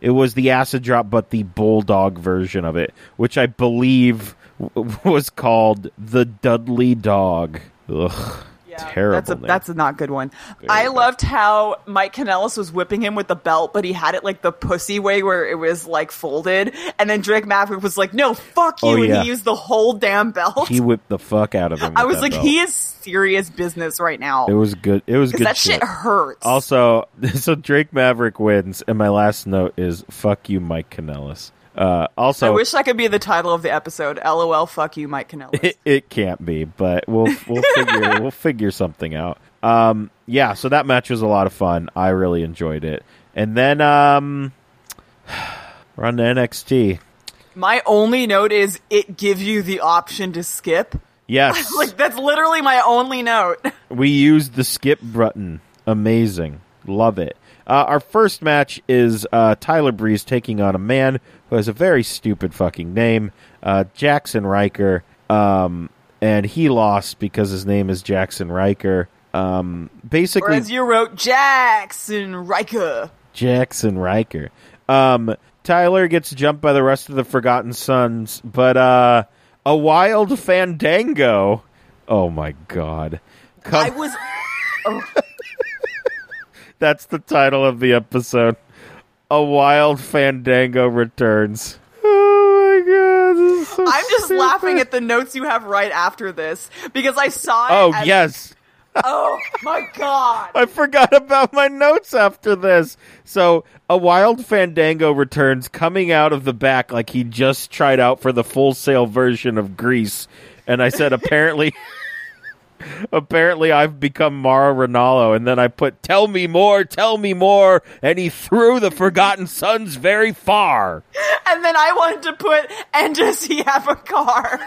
it was the acid drop, but the bulldog version of it, which I believe w- was called the Dudley Dog. Ugh, terrible.
That's a
name.
that's a not good one. I loved how Mike Kanellis was whipping him with the belt, but he had it like the pussy way where it was like folded, and then Drake Maverick was like, "No, fuck you,"
Oh, yeah.
and he used the whole damn belt.
he whipped the fuck out of him.
I
with
was
that
like,
belt.
"He is serious business right now."
It was good. It was good.
that shit hurts.
Also, so Drake Maverick wins, and my last note is "fuck you, Mike Kanellis." Uh, also,
I wish that could be the title of the episode. LOL, fuck you, Mike Kanellis.
it, it can't be, but we'll we'll figure we'll figure something out. Um, yeah, so that match was a lot of fun. I really enjoyed it, and then um, we're on to NXT.
My only note is it gives you the option to skip.
Yes,
Like that's literally my only note.
We used the skip button. Amazing. Love it. Uh, our first match is uh, Tyler Breeze taking on a man who has a very stupid fucking name, uh, Jackson Riker. Um, and he lost because his name is Jackson Riker. Um,
Or
basically,
as you wrote, Jackson Riker.
Jackson Riker. Um, Tyler gets jumped by the rest of the Forgotten Sons, but uh, a wild fandango. Oh my god. Come,
I was.
that's the title of the episode. A wild fandango returns. Oh my god! This is so
I'm just
stupid.
laughing at the notes you have right after this because I saw it.
Oh
as-
yes,
Oh my god!
I forgot about my notes after this. So, a wild fandango returns coming out of the back like he just tried out for the full sale version of Grease. And I said, apparently, apparently I've become Mara Ronaldo. And then I put, tell me more, tell me more. And he threw the Forgotten Sons very far.
And then I wanted to put, and does he have a car?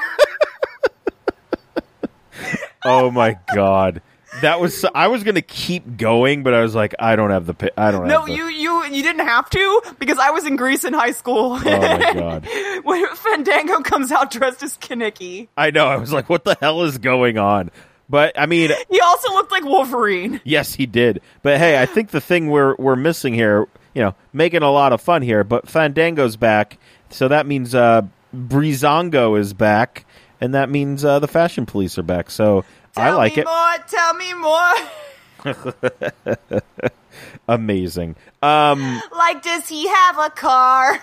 Oh my God. That was so- I was gonna keep going, but I was like, I don't have the pi- I don't
no,
have the-
you you you didn't have to because I was in Greece in high school.
Oh my God.
when Fandango comes out dressed as Kaneki,
I know. I was like, what the hell is going on? But I mean,
he also looked like Wolverine.
yes, he did. But hey, I think the thing we're we're missing here, you know, making a lot of fun here, but Fandango's back, so that means uh Brizongo is back, and that means uh the fashion police are back. So I
Tell
like
me
it.
More, tell me more.
Amazing. Um
Like, does he have a car?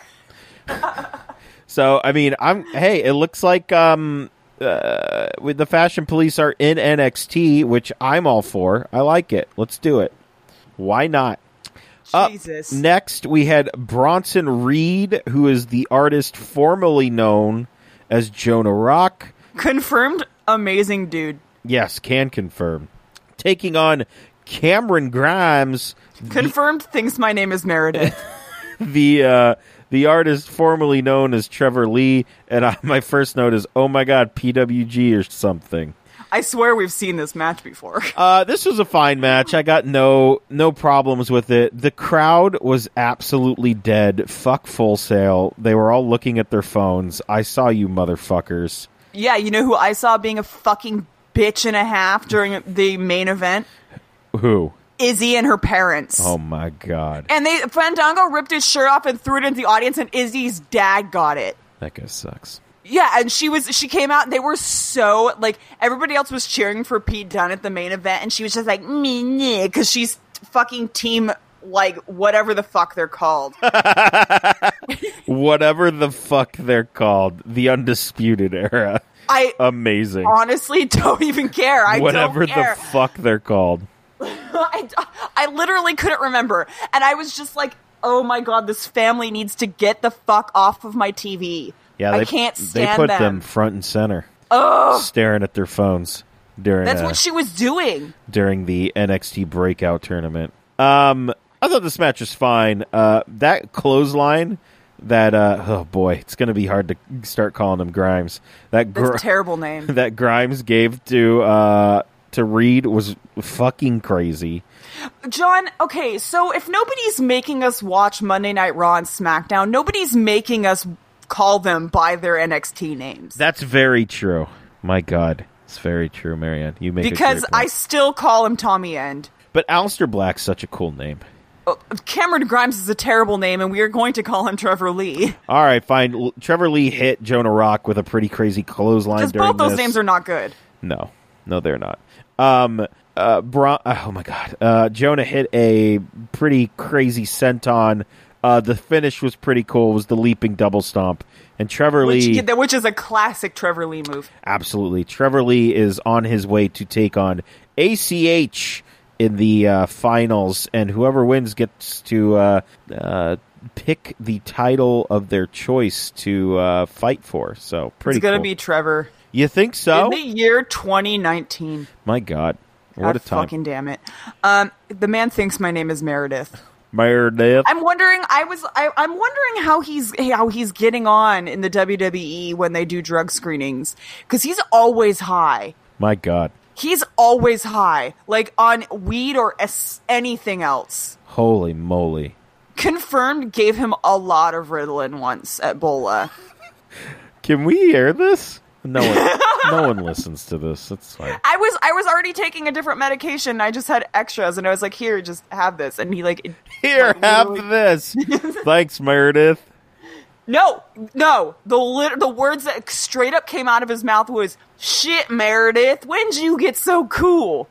so I mean, I'm hey, it looks like um uh, with the fashion police are in NXT, which I'm all for. I like it. Let's do it. Why not? Up
Jesus.
Next, we had Bronson Reed, who is the artist formerly known as Jonah Rock.
Confirmed amazing dude.
Yes, can confirm. Taking on Cameron Grimes,
Confirmed thinks my name is Meredith.
the uh, the artist formerly known as Trevor Lee. And I, my first note is, oh my god, PWG or something.
I swear we've seen this match before.
Uh, this was a fine match. I got no no problems with it. The crowd was absolutely dead. Fuck full sale. They were all looking at their phones. I saw you, motherfuckers.
yeah, you know who I saw being a fucking bitch and a half during the main event?
Who?
Izzy and her parents.
Oh my god,
And they Fandango ripped his shirt off and threw it into the audience, and Izzy's dad got it.
that guy sucks.
Yeah, and she was she came out and they were so like everybody else was cheering for Pete Dunne at the main event, and she was just like me because she's fucking team like whatever the fuck they're called.
Whatever the fuck they're called, the undisputed era.
I
Amazing.
honestly don't even care. I
Um, Whatever
don't care.
the fuck they're called.
I, I literally couldn't remember. And I was just like, oh my god, this family needs to get the fuck off of my TV.
Yeah, they
I can't stand
they put them. front and center, staring at their phones during
That's
uh,
what she was doing.
during the NXT Breakout tournament. Um, I thought this match was fine. Uh, that clothesline, that uh, oh boy, it's going to be hard to start calling him Grimes. That
That's
gr-
a terrible name.
that Grimes gave to uh, to Reed was fucking crazy.
John, okay, so if nobody's making us watch Monday Night Raw and SmackDown, nobody's making us call them by their NXT names.
That's very true. My God, it's very true, Marianne. You make a
because
great
I
point.
still call him Tommy End.
but Alistair Black's such a cool name.
Cameron Grimes is a terrible name, and we are going to call him Trevor Lee.
All right, fine. L- Trevor Lee hit Jonah Rock with a pretty crazy clothesline.
Because
during
both those
this.
names are not good.
No, no, they're not. Um, uh, Bron- oh my God, uh, Jonah hit a pretty crazy senton. Uh, the finish was pretty cool. Was the leaping double stomp and Trevor
Which,
Lee?
yeah, which is a classic Trevor Lee move.
absolutely, Trevor Lee is on his way to take on ACH in the uh, finals, and whoever wins gets to uh, uh, pick the title of their choice to uh, fight for. So pretty.
It's going to
cool.
be Trevor
You think so?
in the year 2019.
my God, what
God
a time!
Fucking damn it! Um, the man thinks my name is Meredith.
Meredith.
I'm wondering. I was. I, I'm wondering how he's how he's getting on in the WWE when they do drug screenings because he's always high.
My God.
He's always high, like on weed or es- anything else.
Holy moly.
Confirmed gave him a lot of Ritalin once at Bola.
Can we hear this? No one, no one listens to this. That's fine.
I was I was already taking a different medication. and I just had extras, and I was like, "Here, just have this." And he like,
Here, have this. Thanks, Meredith.
"No, no." The lit- the words that straight up came out of his mouth was, "Shit, Meredith, when'd you get so cool?"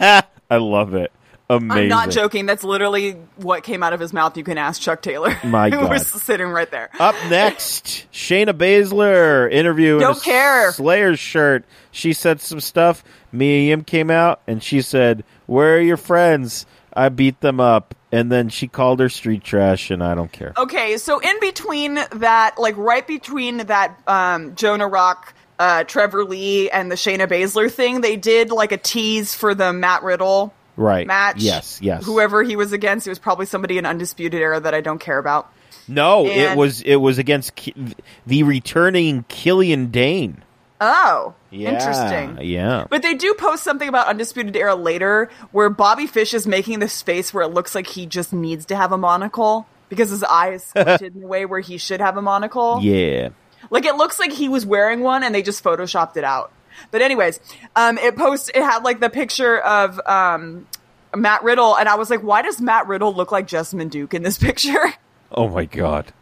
I love it. Amazing.
I'm not joking. That's literally what came out of his mouth. You can ask Chuck Taylor.
My
who
God.
was sitting right there.
Up next, Shayna Baszler interview. in
Don't
a
care.
Slayer shirt. She said some stuff. Mia Yim came out and she said, "Where are your friends? I beat them up." And then she called her street trash, and I don't care.
Okay, so in between that, like right between that um, Jonah Rock, uh, Trevor Lee, and the Shayna Baszler thing, they did like a tease for the Matt Riddle
Right?
match.
Yes. Yes.
Whoever he was against, it was probably somebody in Undisputed Era that I don't care about.
No, it
And-
was it was against Ki- the returning Killian Dane.
Oh,
Yeah,
interesting.
Yeah.
But they do post something about Undisputed Era later where Bobby Fish is making this face where it looks like he just needs to have a monocle because his eye is squinted in a way where he should have a monocle.
yeah.
Like it looks like he was wearing one and they just photoshopped it out. But anyways, um, it post it had like the picture of um, Matt Riddle and I was like, why does Matt Riddle look like Jessamine Duke in this picture?
Oh my god.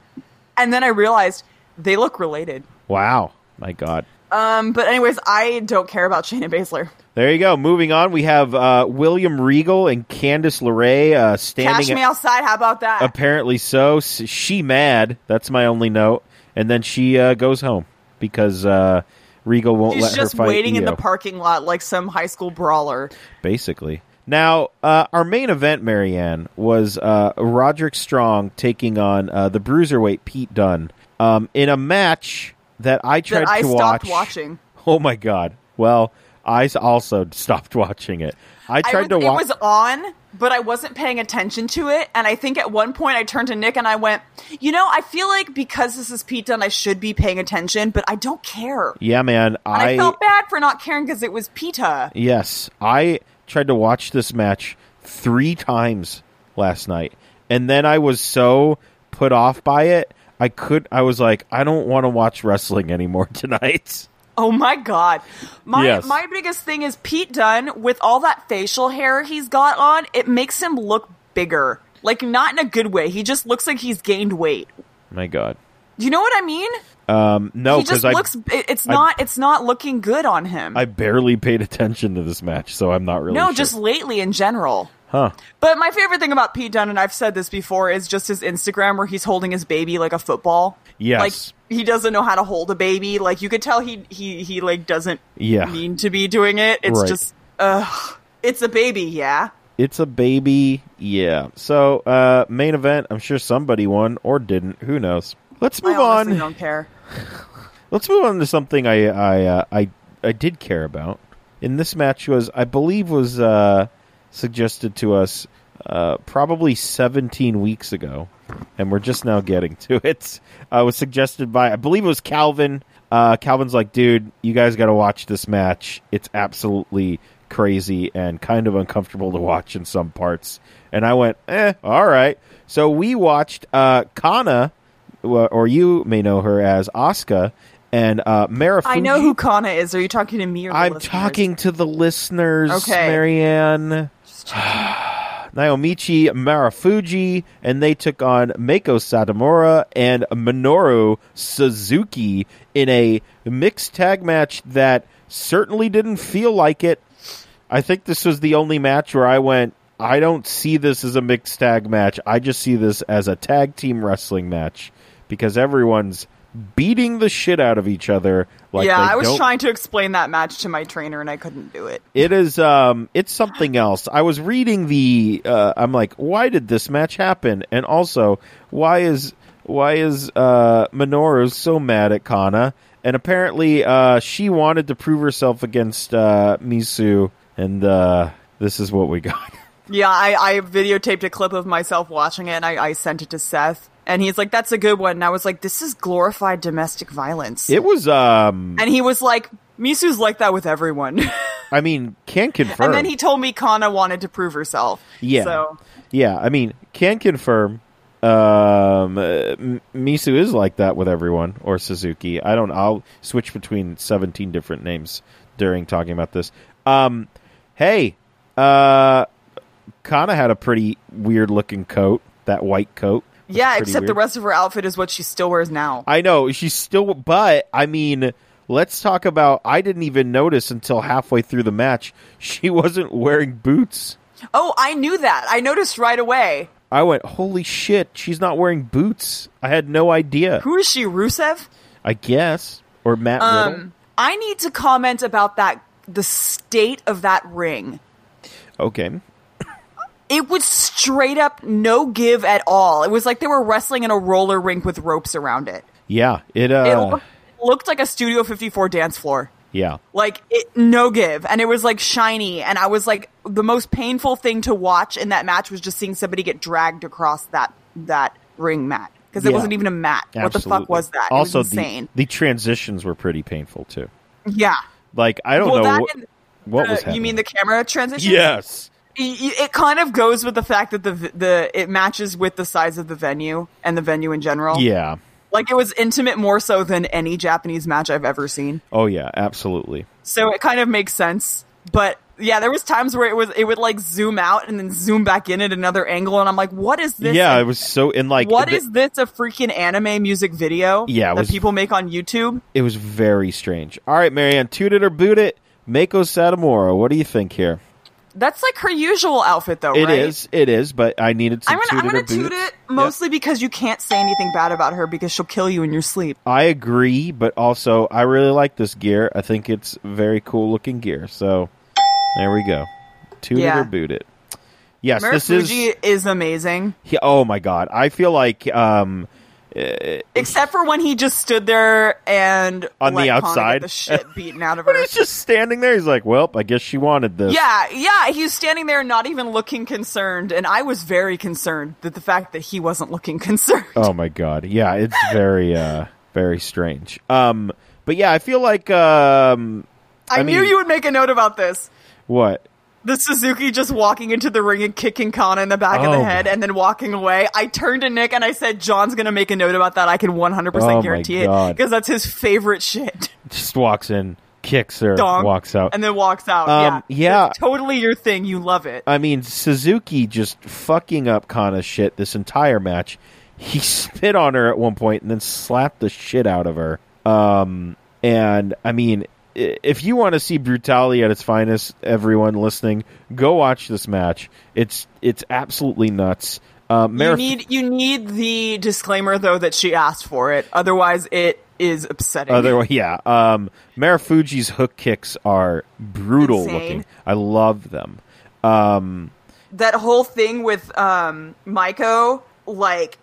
And then I realized they look related.
Wow. My god.
Um, but anyways, I don't care about Shayna Baszler.
There you go. Moving on, we have uh, William Regal and Candice LeRae uh,
Cash
standing.
me outside. How about that?
Apparently so. S- She mad. That's my only note. And then she uh, goes home because uh, Regal won't
She's
let
just
her fight.
waiting in
Io,
the parking lot like some high school brawler.
basically. Now, uh, our main event, Marianne, was uh, Roderick Strong taking on uh, the bruiserweight Pete Dunne um, in a match that I tried
That I
to
stopped
watch.
watching.
Oh my god! Well, I s- also stopped watching it. I
I
tried to
was,
watch.
It was on, but I wasn't paying attention to it. And I think at one point I turned to Nick and I went, "You know, I feel like because this is Pete Dunne, I should be paying attention, but I don't care."
yeah, man.
And I,
I
felt bad for not caring because it was Pita.
Yes, I tried to watch this match three times last night, and then I was so put off by it. I could. I was like, I don't want to watch wrestling anymore tonight.
Oh my god, my
Yes.
my biggest thing is Pete Dunne with all that facial hair he's got on. It makes him look bigger, like not in a good way. He just looks like he's gained weight.
My God,
Do you know what I mean?
no,
he just
because I
looks. it- It's
I-
not. It's not looking good on him.
I barely paid attention to this match, so I'm not really.
No,
sure.
just lately in general.
huh?
But my favorite thing about Pete Dunne, and I've said this before, is just his Instagram where he's holding his baby like a football.
Yes.
Like he doesn't know how to hold a baby. Like you could tell he he he like doesn't
Yeah.
mean to be doing it. It's
Right.
just ugh. It's a baby, yeah.
It's a baby. Yeah. So, uh, main event. I'm sure somebody won or didn't. Who knows? Let's move
I honestly
on.
don't care.
Let's move on to something I I uh, I I did care about. In this match was I believe was uh, suggested to us uh, probably 17 weeks ago, and we're just now getting to it. Uh, it was suggested by I believe it was Calvin. Uh, Calvin's like, dude, you guys got to watch this match. It's absolutely crazy and kind of uncomfortable to watch in some parts. And I went, eh, all right. So we watched uh, Kana well, or you may know her as Asuka and uh, Mara
I
Fuji-
know who Kana is. Are you talking to me or the
I'm
listeners?
talking to the listeners,
Okay.
Marianne. Naomichi Marafuji, and they took on Mako Satomura and Minoru Suzuki in a mixed tag match that certainly didn't feel like it. I think this was the only match where I went, I don't see this as a mixed tag match. I just see this as a tag team wrestling match because everyone's beating the shit out of each other. Like
yeah,
they
I was
don't
trying to explain that match to my trainer and I couldn't do it.
it is um it's something else. I was reading the uh I'm like, why did this match happen? And also, why is why is uh Minoru so mad at Kana? And apparently uh she wanted to prove herself against uh Misu and uh this is what we got.
Yeah, I, I videotaped a clip of myself watching it and I, I sent it to Seth. And he's like, that's a good one. And I was like, this is glorified domestic violence.
It was um
and he was like, Misu's like that with everyone.
I mean, can confirm.
and then he told me Kana wanted to prove herself.
Yeah.
So,
Yeah, I mean, can confirm. Um, uh, M- Misu is like that with everyone, or Suzuki. I don't. I'll switch between seventeen different names during talking about this. Um, hey, uh, Kana had a pretty weird looking coat. That white coat. was
yeah,
pretty
except the
weird.
rest of her outfit is what she still wears now.
I know she's still, but I mean, Let's talk about. I didn't even notice until halfway through the match she wasn't wearing boots.
Oh, I knew that. I noticed right away.
I went, holy shit, she's not wearing boots. I had no idea.
Who is she, Rusev?
I guess. Or Matt Riddle.
Um, I need to comment about that. The state of that ring.
Okay.
It was straight up no give at all. It was like they were wrestling in a roller rink with ropes around it.
Yeah. It,
It
uh,
looked, looked like a Studio 54 dance floor.
yeah.
Like it, no give, and it was like shiny, and I was like the most painful thing to watch in that match was just seeing somebody get dragged across that that ring mat because it
Yeah.
wasn't even a mat. What the
Absolutely.
fuck was that?
Also,
it was insane.
The, the transitions were pretty painful, too.
yeah.
Like, I don't
Well,
know
that
what,
and
what
Uh,
was happening.
you mean the camera transition?
Yes.
Y- y- It kind of goes with the fact that the v- the it matches with the size of the venue and the venue in general.
Yeah.
Like it was intimate more so than any Japanese match I've ever seen.
Oh, yeah. Absolutely.
So it kind of makes sense. But yeah, there was times where it was it would like zoom out and then zoom back in at another angle and I'm like, what is this?
yeah.
What
It
is
was so, and like, the-
this a freaking anime music video
Yeah, it
that
was-
people make on YouTube?
it was very strange. All right, Marianne, toot it or boot it. Mako Satomura, what do you think here?
That's like her usual outfit though,
It
right?
is, it is, but I needed to
I'm
toot
gonna, I'm
it or
gonna
boot
toot it mostly because you can't say anything bad about her because she'll kill you in your sleep.
I agree, but also I really like this gear. I think it's very cool looking gear. So there we go. Toot it
Yeah.
or boot it. Yes, this is.
Marufuji is... amazing,
he- oh my god! I feel like um,
except for when he just stood there and
On the
let Kana get
outside?
the shit beaten out of her.
but he's just standing there. He's like, "Well, I guess she wanted this."
Yeah, yeah, he's standing there not even looking concerned, and I was very concerned that the fact that he wasn't looking concerned.
Oh my god. Yeah, it's very uh, very strange. Um, but yeah, I feel like um,
I,
I
knew
mean-
you would make a note about this.
what?
The Suzuki just walking into the ring and kicking Kana in the back of
Oh
the head and then walking away. I turned to Nick and I said, John's gonna make a note about that. I can 100%
Oh my
guarantee it.
God.
Because that's his favorite shit.
Just walks in, kicks her,
Dong.
walks out,
And then walks out.
Um,
yeah.
yeah. Uh,
It's totally your thing. You love it.
I mean, Suzuki just fucking up Kana's shit this entire match. He spit on her at one point and then slapped the shit out of her. Um, and I mean, i- if you want to see brutality at its finest, everyone listening, go watch this match. It's it's absolutely nuts. Uh,
you
Marif-
need you need the disclaimer though that she asked for it. Otherwise it is upsetting.
other yeah. Um, Marufuji's hook kicks are brutal
Insane.
looking. I love them. Um,
that whole thing with um Maiko, like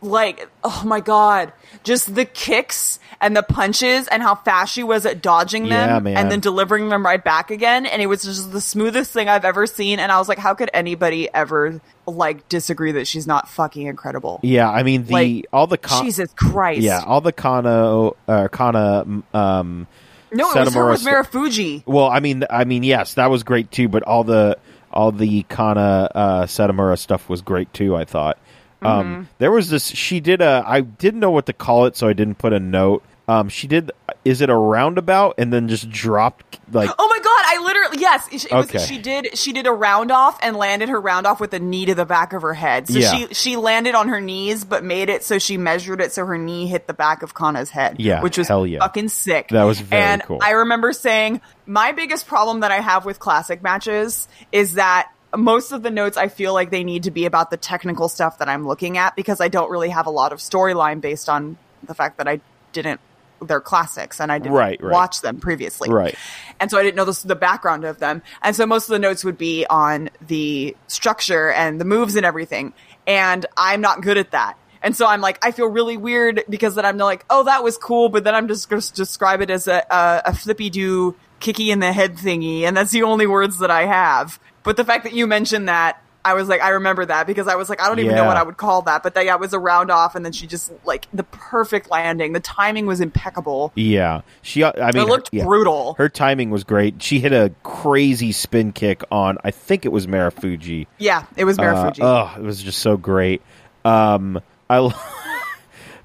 like oh my god. Just the kicks and the punches and how fast she was at dodging them
Yeah, man.
and then delivering them right back again. And it was just the smoothest thing I've ever seen. And I was like, how could anybody ever like disagree that she's not fucking incredible?
yeah, I mean the
Like,
all the con-
Jesus Christ.
Yeah, all the Kana, uh, Kana. Um,
No, it was her
Satomura
with
st-
Marufuji.
well, I mean, I mean, yes, that was great too. But all the all the Kana uh, Satomura stuff was great too. I thought
Mm-hmm.
um, there was this. She did a. I didn't know what to call it, so I didn't put a note. Um, she did. Is it a roundabout and then just dropped like?
Oh my god! I literally yes, it, it
Okay.
was, she did. She did a round off and landed her round off with a knee to the back of her head. So
Yeah.
she she landed on her knees, but made it so she measured it so her knee hit the back of Kana's head.
Yeah,
which was
hell yeah.
fucking sick.
That was very
and
cool.
I remember saying my biggest problem that I have with classic matches is that. Most of the notes I feel like they need to be about the technical stuff that I'm looking at because I don't really have a lot of storyline based on the fact that I didn't they're classics and I didn't
Right, right.
watch them previously
Right.
and so I didn't know this, the background of them. And so most of the notes would be on the structure and the moves and everything. And I'm not good at that. And so I'm like, I feel really weird because then I'm like, oh, that was cool, but then I'm just going to describe it as a, a, a flippy do kicky in the head thingy, and that's the only words that I have. But the fact that you mentioned that, I was like, I remember that because I was like, I don't even know
Yeah.
what I would call that, but that yeah, it was a round off, and then she just like the perfect landing. The timing was impeccable.
Yeah, she. uh, I mean,
it looked
yeah.
brutal.
Her timing was great. She hit a crazy spin kick on. I think it was Marufuji.
yeah, it was Marufuji.
Uh, oh, it was just so great. Um, I lo-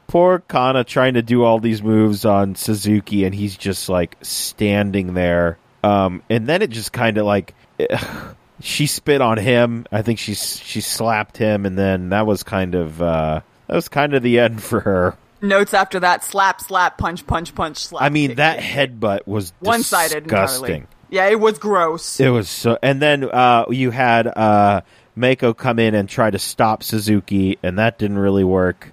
poor Kana trying to do all these moves on Suzuki, and he's just like standing there. Um, and then it just kind of like she spit on him. I think she she slapped him, and then that was kind of uh, that was kind of the end for her.
notes after that slap, slap, punch, punch, punch, slap.
I mean,
kick,
that
kick.
headbutt was
one sided entirely.
disgusting.
Yeah, it was gross.
It was so, and then uh, you had uh, Mako come in and try to stop Suzuki, and that didn't really work.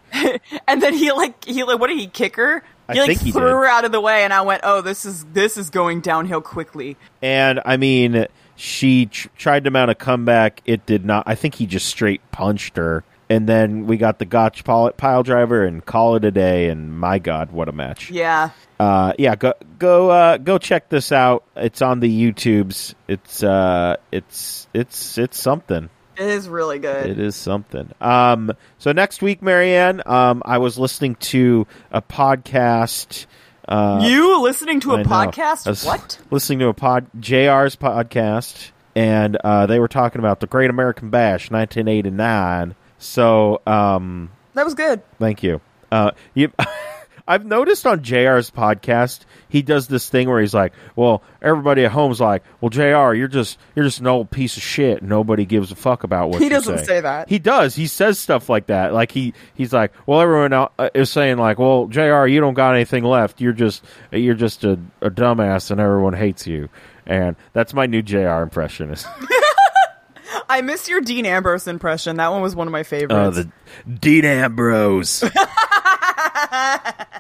and then he like he like what did he kick her?
I
He like
think he
threw
did.
her out of the way, and I went, "Oh, this is this is going downhill quickly."
And I mean, she tr- tried to mount a comeback. It did not. I think he just straight punched her, and then we got the Gotch pile, pile driver and call it a day. And my God, what a match!
Yeah,
uh, yeah, go go uh, go check this out. It's on the YouTubes. It's uh, it's it's it's something.
it is really good.
It is something. Um, so next week, Marianne, um, I was listening to a podcast. Uh,
you listening to a
I know.
podcast?
I was
What?
Listening to a pod JR's podcast, and uh, they were talking about the Great American Bash, nineteen eighty nine. So, um,
That was good.
Thank you. Uh, you I've noticed on JR's podcast, he does this thing where he's like, "Well, everybody at home's like, well, JR, you're just you're just an old piece of shit. Nobody gives a fuck about what
He
you
doesn't say that.
He does. He says stuff like that. Like he he's like, well, everyone out- uh, is saying like, well, Jr, you don't got anything left. You're just you're just a, a dumbass, and everyone hates you. And that's my new Jr impression. Is
I miss your Dean Ambrose impression. That one was one of my favorites.
Oh, the Dean Ambrose.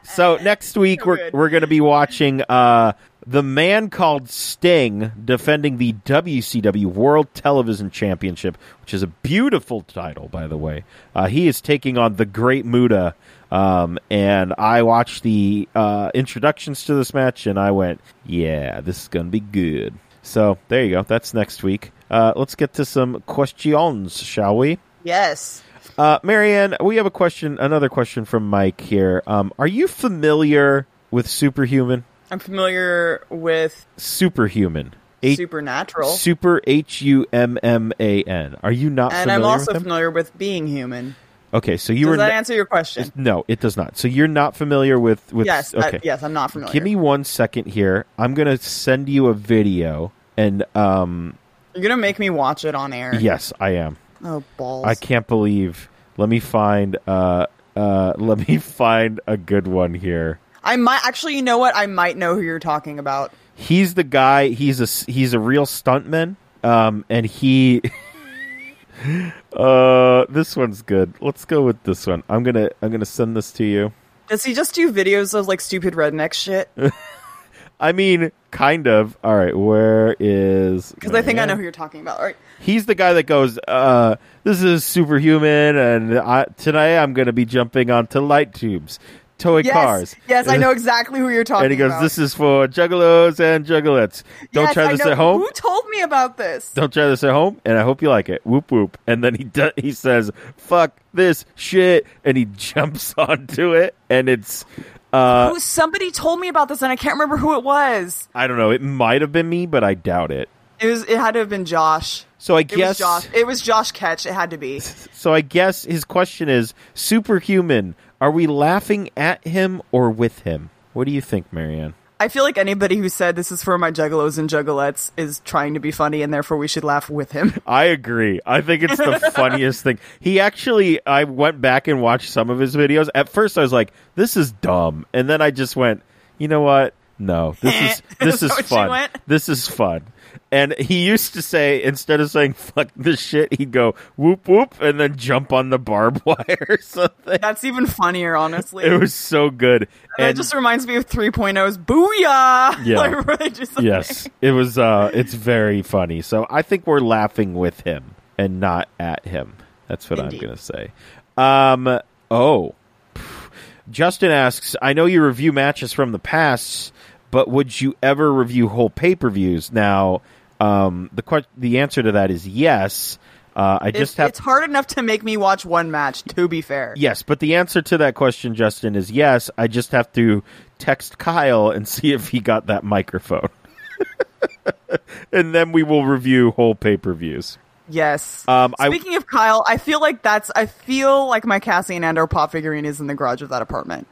so next week we're
good.
we're going to be watching uh, the man called Sting defending the WCW World Television Championship, which is a beautiful title, by the way. Uh, he is taking on the Great Muda, um, and I watched the uh, introductions to this match, and I went, "Yeah, this is going to be good." So there you go. That's next week. Uh, let's get to some questions, shall we?
yes.
Uh, Marianne, we have a question, another question from Mike here. Um, are you familiar with Superhuman?
I'm familiar with
Superhuman. H-
Supernatural,
Super H U M M A N. Are you not
and
familiar
I'm also
with them?
familiar with Being Human.
okay, so you
Does
were
that
n-
answer your question?
no, it does not. So you're not familiar with with
Yes. I-
Okay,
yes, I'm not familiar.
give me one second here. I'm gonna send you a video, and um,
You're gonna make me watch it on air.
yes, I am.
Oh balls.
I can't believe. Let me find. Uh, uh, let me find a good one here.
I might actually. You know what? I might know who you're talking about.
he's the guy he's a he's a real stuntman um and he uh this one's good let's go with this one i'm gonna i'm gonna send this to you
Does he just do videos of like stupid redneck shit?
i mean kind of all right where is
Because I think I know
Man.
who you're talking about. All right.
he's the guy that goes uh this is superhuman and I, tonight i'm gonna be jumping onto light tubes toy
Yes,
cars
yes, I know exactly who you're talking.
and he goes
about.
this is for juggalos and juggalettes don't
Yes,
try
I
this
know.
at home
Who told me about this?
don't try this at home and i hope you like it whoop whoop and then he do- he says fuck this shit and he jumps onto it and it's uh
Who? Somebody told me about this, and I can't remember who it was.
i don't know it might have been me but i doubt it
It was. It had to have been Josh.
so i
It was
guess
Josh. It was Josh Ketch. It had to be.
so i guess his question is superhuman are we laughing at him or with him what do you think marianne
I feel like anybody who said this is for my juggalos and juggalettes is trying to be funny, and therefore we should laugh with him.
I agree. I think it's the funniest thing. He actually, I went back and watched some of his videos. At first, I was like, "This is dumb," and then I just went, "You know what? No, this is this
Is
is
that what you
fun.
went?
This is fun." And he used to say instead of saying "fuck this shit," he'd go "whoop whoop" and then jump on the barbed wire or something.
That's even funnier, honestly.
It was so good.
And that just reminds me of 3.0's Booyah!
Yeah.
Like, where they just-
yes, it was. Uh, it's very funny. So I think we're laughing with him and not at him. That's what I'm
Indeed.
gonna say. Um. Oh, Justin asks. I know you review matches from the past, but would you ever review whole pay per views? Now, um, the que- the answer to that is yes. Uh, I
It's-
just have
it's hard enough to make me watch one match, to be fair.
Yes, but the answer to that question, Justin, is yes. I just have to text Kyle and see if he got that microphone. and then we will review whole pay per views.
Yes.
Um, I-
Speaking of Kyle, I feel like that's. I feel like my Cassie and Andor pop figurine is in the garage of that apartment.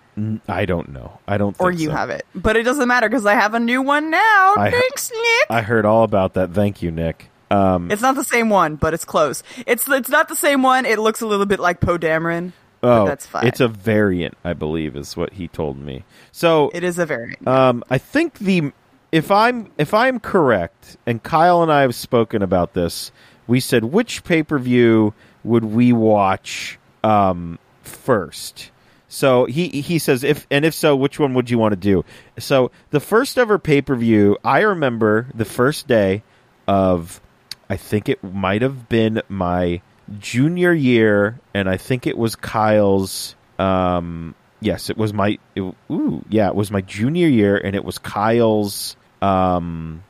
I don't know. I don't
Or
think
you
so.
have it. But it doesn't matter because I have a new one now.
I-
Thanks, Nick.
I heard all about that. Thank you, Nick. Um,
it's not the same one, but it's close. It's it's not the same one. It looks a little bit like Poe Dameron.
Oh,
that's fine.
It's a variant, I believe, is what he told me. So
It is a variant.
Um, I think the if I'm if I'm correct, and Kyle and I have spoken about this, we said which pay per view would we watch um, first. So he he says if and if so, which one would you want to do? So the first ever pay per view, I remember the first day of, I think it might have been my junior year, and I think it was Kyle's. Um, yes, it was my. It, ooh, yeah, it was my junior year, and it was Kyle's. Um,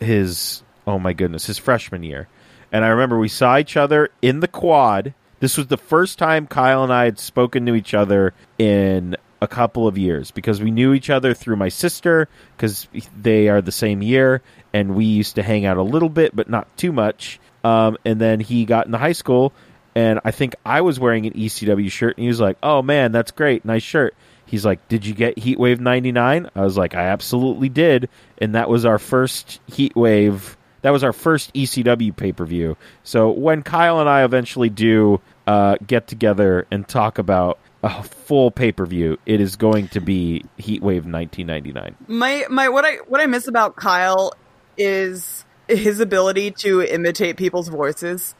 his oh my goodness, his freshman year, and I remember we saw each other in the quad. This was the first time Kyle and I had spoken to each other in a couple of years because we knew each other through my sister because they are the same year and we used to hang out a little bit but not too much. Um, and then he got into high school and I think I was wearing an ECW shirt, and he was like, "Oh man, that's great, nice shirt." He's like, "Did you get Heat Wave '99?" I was like, "I absolutely did," and that was our first Heat Wave. That was our first E ECW pay per view. So when Kyle and I eventually do uh, get together and talk about a full pay per view, it is going to be Heat Wave 1999.
My my what I what I miss about Kyle is his ability to imitate people's voices.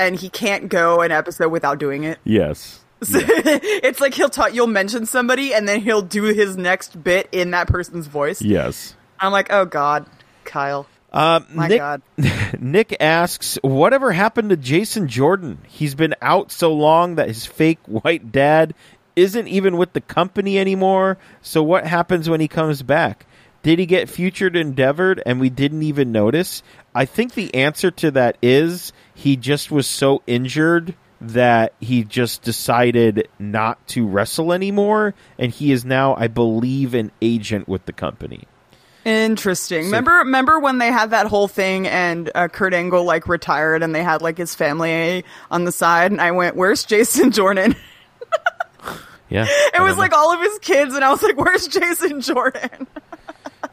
And he can't go an episode without doing it.
Yes.
So, it's like he'll talk you'll mention somebody and then he'll do his next bit in that person's voice.
Yes.
I'm like, "Oh god, Kyle.
Um,
My
Nick,
god."
Nick asks, "Whatever happened to Jason Jordan? He's been out so long that his fake white dad isn't even with the company anymore. So what happens when he comes back? Did he get futured endeavored and we didn't even notice? I think the answer to that is he just was so injured that he just decided not to wrestle anymore and he is now I believe an agent with the company.
Interesting. remember, remember when they had that whole thing and uh, Kurt Angle like retired and they had like his family on the side, and I went, "Where's Jason Jordan?"
Yeah.
It was like all of his kids, and I was like, "Where's Jason Jordan?"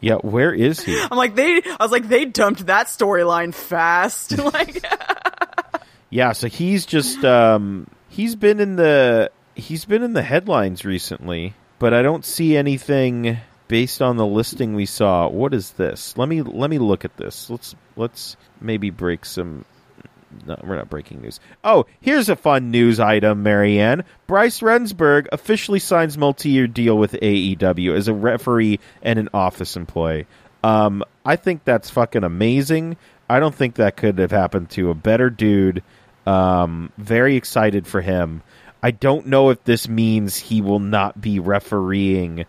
Yeah, where is he?
I'm like, "They," I was like, "They dumped that storyline fast." like,
Yeah, so he's just um he's been in the he's been in the headlines recently, but I don't see anything based on the listing we saw. What is this? Let me let me look at this. Let's let's maybe break some no, we're not breaking news. Oh, here's a fun news item, Marianne. Bryce Rensburg officially signs multi-year deal with AEW as a referee and an office employee. Um, I think that's fucking amazing. I don't think that could have happened to a better dude. Um, very excited for him. I don't know if this means he will not be refereeing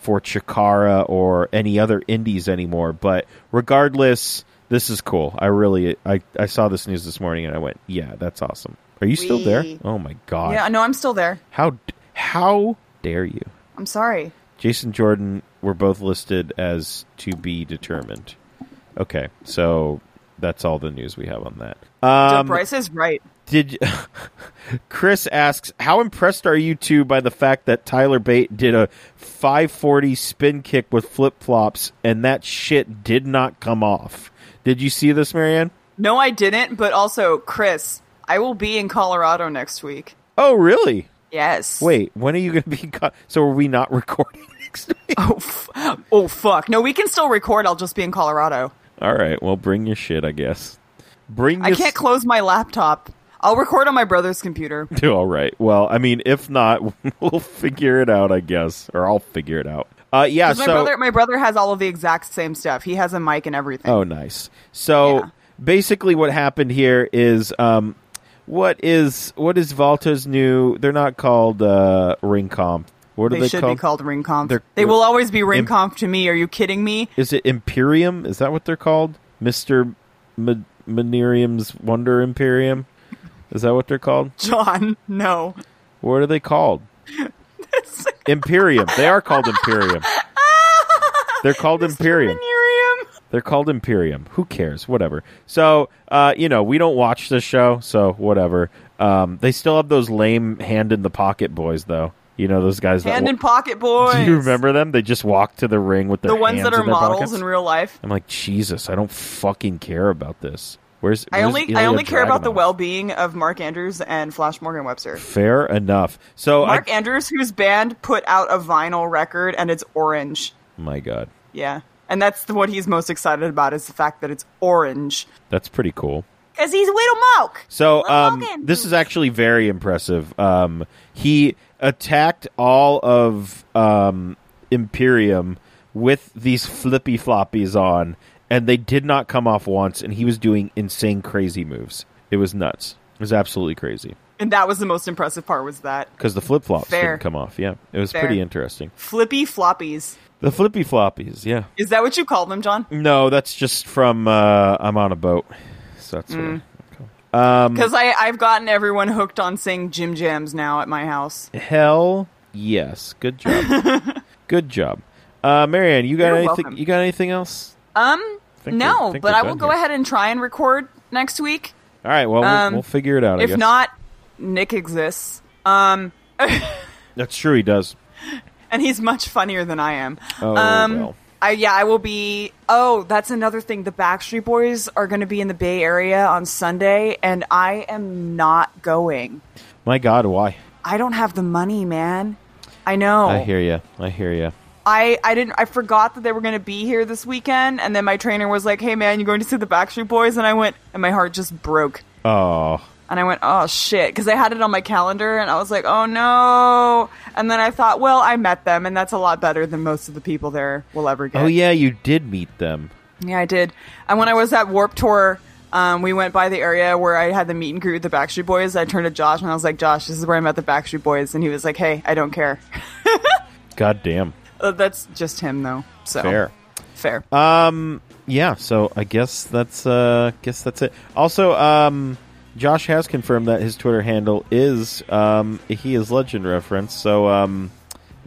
for Chikara or any other indies anymore. But regardless, this is cool. I really I, I saw this news this morning and I went, yeah, that's awesome. Are you still there?
Wee.
Oh my god!
yeah, no, I'm still there.
How d- how dare you?
I'm sorry.
Jason Jordan were both listed as to be determined. Okay, so that's all the news we have on that.
So
Um,
Bryce is right.
did Chris asks how impressed are you two by the fact that Tyler Bate did a 540 spin kick with flip flops and that shit did not come off? Did you see this, Marianne?
No, I didn't. But also, Chris, I will be in Colorado next week.
Oh, really?
Yes.
Wait, when are you going to be? Co- so are we not recording next week?
Oh, f- oh fuck. No, we can still record. I'll just be in Colorado.
All right. Well, bring your shit, I guess. Bring.
I
your
can't close my laptop. I'll record on my brother's computer.
All right. Well, I mean, if not, we'll figure it out, I guess, or I'll figure it out. Uh, yeah.
'Cause
So
My brother, my brother has all of the exact same stuff. He has a mic and everything.
Oh, nice. So
Yeah.
basically, what happened here is um, what is what is Volta's new? They're not called uh, ring comp. What are
they,
they,
should
called?
be called ring conf.
They're-
They will always be ring
Im-
conf to me. Are you kidding me?
Is it Imperium? Is that what they're called? Mister M- Manerium's Wonder Imperium. Is that what they're called?
John, no.
What are they called? Imperium. They are called Imperium. They're called Imperium.
Miriam.
They're called Imperium. Who cares? Whatever. So, uh, you know, we don't watch this show, so whatever. Um, they still have those lame hand in the pocket boys, though. You know those guys.
Hand
that
in pocket boys.
Do you remember them? They just walk to the ring with their
the ones
hands
that are
in their
models
pockets.
in real life?
I'm like, Jesus, I don't fucking care about this. Where's,
I
where's
only
Ilya
I only care about the
Dragunov?
well being of Mark Andrews and Flash Morgan Webster.
Fair enough. So
Mark
I,
Andrews, whose band put out a vinyl record and it's orange.
Oh my God,
Yeah. And that's the, what he's most excited about is the fact that it's orange.
that's pretty cool.
Because he's Widow Malk.
So
Well,
um,
Logan.
this is actually very impressive. Um, he attacked all of um, Imperium with these flippy floppies on, and they did not come off once. And he was doing insane, crazy moves. It was nuts. It was absolutely crazy
And that was the most impressive part was that.
because the flip flops
Fair.
didn't come off. Yeah, it was
Fair.
pretty interesting.
Flippy floppies.
The flippy floppies. Yeah.
Is that what you call them, John?
No, that's just from uh, I'm on a boat. So that's
Mm.
what I- okay. Um,
Because I I've gotten everyone hooked on saying Jim Jams now at my house.
Hell yes. Good job. Good job. Uh, Marianne, you got
You're
anything?
welcome.
You got anything else?
Um,
think we're- I
no,
think
but
we're
I will
done
go
here.
ahead and try and record next week.
All right. Well,
Um,
we'll, we'll figure it out. I
If
guess.
not, Nick exists. Um,
that's true. He does.
and he's much funnier than I am.
Oh,
um,
well.
I yeah, I will be. Oh, that's another thing. The Backstreet Boys are going to be in the Bay Area on Sunday, and I am not going.
My God, why?
I don't have the money, man. I know.
I hear you. I hear you.
I, I didn't I forgot that they were going to be here this weekend and then my trainer was like, "Hey man, you going to see the Backstreet Boys?" and I went and my heart just broke.
Oh,
And I went, "Oh shit," cuz I had it on my calendar and I was like, "Oh no." And then I thought, "Well, I met them and that's a lot better than most of the people there will ever get."
oh yeah. You did meet them.
Yeah, I did. And when I was at Warp Tour, um, we went by the area where I had the meet and greet with the Backstreet Boys. I turned to Josh and I was like, "Josh, this is where I met the Backstreet Boys." And he was like, "Hey, I don't care."
God damn.
Uh, that's just him though. So
Fair. Uh,
Fair.
Yeah. So I guess that's. Uh, guess that's it. Also, um, Josh has confirmed that his Twitter handle is um, he is legend reference. So, um,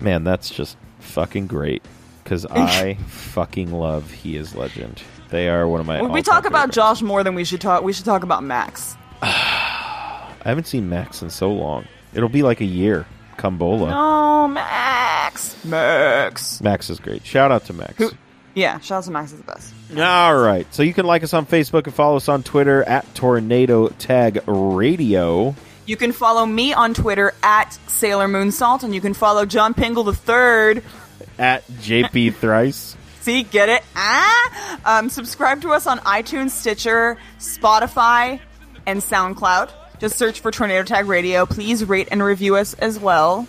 man, that's just fucking great. Because I fucking love he is legend. They are one of my.
When we
all-time
talk about
favorites.
Josh more than we should talk. We should talk about Max.
I haven't seen Max in so long. It'll be like a year. Cumbola.
Oh, Max, Max.
Max is great. Shout out to Max.
Who- Yeah, shout out to Max is the best.
All right. So you can like us on Facebook and follow us on Twitter at Tornado Tag Radio.
You can follow me on Twitter at Sailor Moon Salt, and you can follow John Pingle the Third.
At JP Thrice.
See, get it? Ah. Um, subscribe to us on iTunes, Stitcher, Spotify, and SoundCloud. Just search for Tornado Tag Radio. Please rate and review us as well.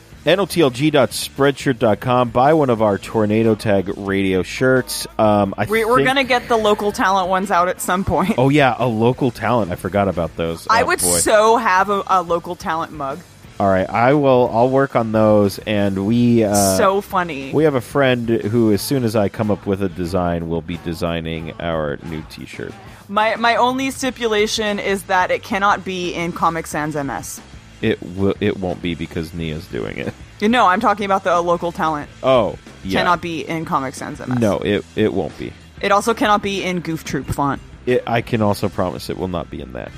NOTLG.spreadshirt.com. Buy one of our Tornado Tag Radio shirts. Um, I
We, we're
think-
gonna get the local talent ones out at some point.
Oh, yeah. A local talent. I forgot about those.
I
Oh,
would
boy.
so have a, a local talent mug.
All right. I will. I'll work on those. And we. Uh,
so funny.
We have a friend who, as soon as I come up with a design, will be designing our new T-shirt.
My my only stipulation is that it cannot be in Comic Sans MS.
It will. It won't be because Nia's doing it.
You know, I'm talking about the local talent.
Oh, yeah.
Cannot be in Comic Sans MS.
No, it it won't be.
It also cannot be in Goof Troop font.
It, I can also promise it will not be in that.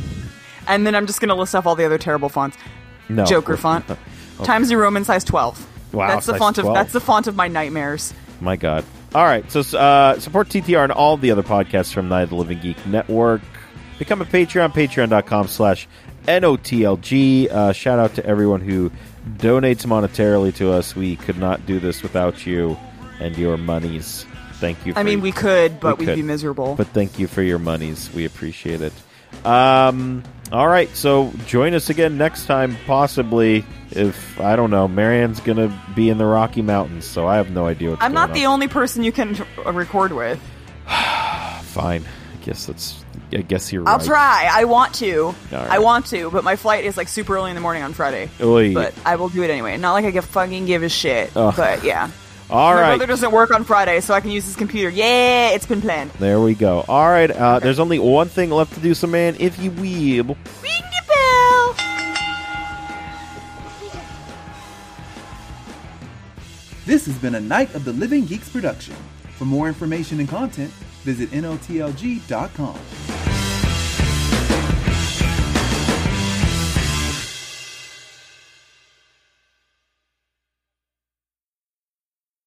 And then I'm just going to list off all the other terrible fonts.
No,
Joker font. Times New Roman size 12.
Wow,
that's the
size
font
12.
of that's the font of my nightmares.
My God. All right. So uh, support TTR and all the other podcasts from Night of the Living Geek Network. Become a Patreon, patreon.com slash N-O-T-L-G. Uh, shout out to everyone who donates monetarily to us. We could not do this without you and your monies. Thank you. For
I mean, we could, but
We
would
could.
be miserable.
But thank you for your monies. We appreciate it. Um, all right, so join us again next time, possibly. If I don't know, Marianne's gonna be in the Rocky Mountains, so I have no idea what's
I'm
going
not the
on.
only person you can uh, record with.
Fine, I guess that's. I guess you're
I'll
right.
try. I want to.
All right.
I want to, but my flight is like super early in the morning on Friday.
Oy.
But I will do it anyway. Not like I can fucking give a shit.
Ugh.
But yeah.
All
my
right.
brother doesn't work on Friday, so I can use his computer. Yeah, it's been planned.
There we go. All right, uh, there's only one thing left to do, so man, if you will.
Ring the bell.
This has been a Night of the Living Geeks production. For more information and content, visit NOTLG.com.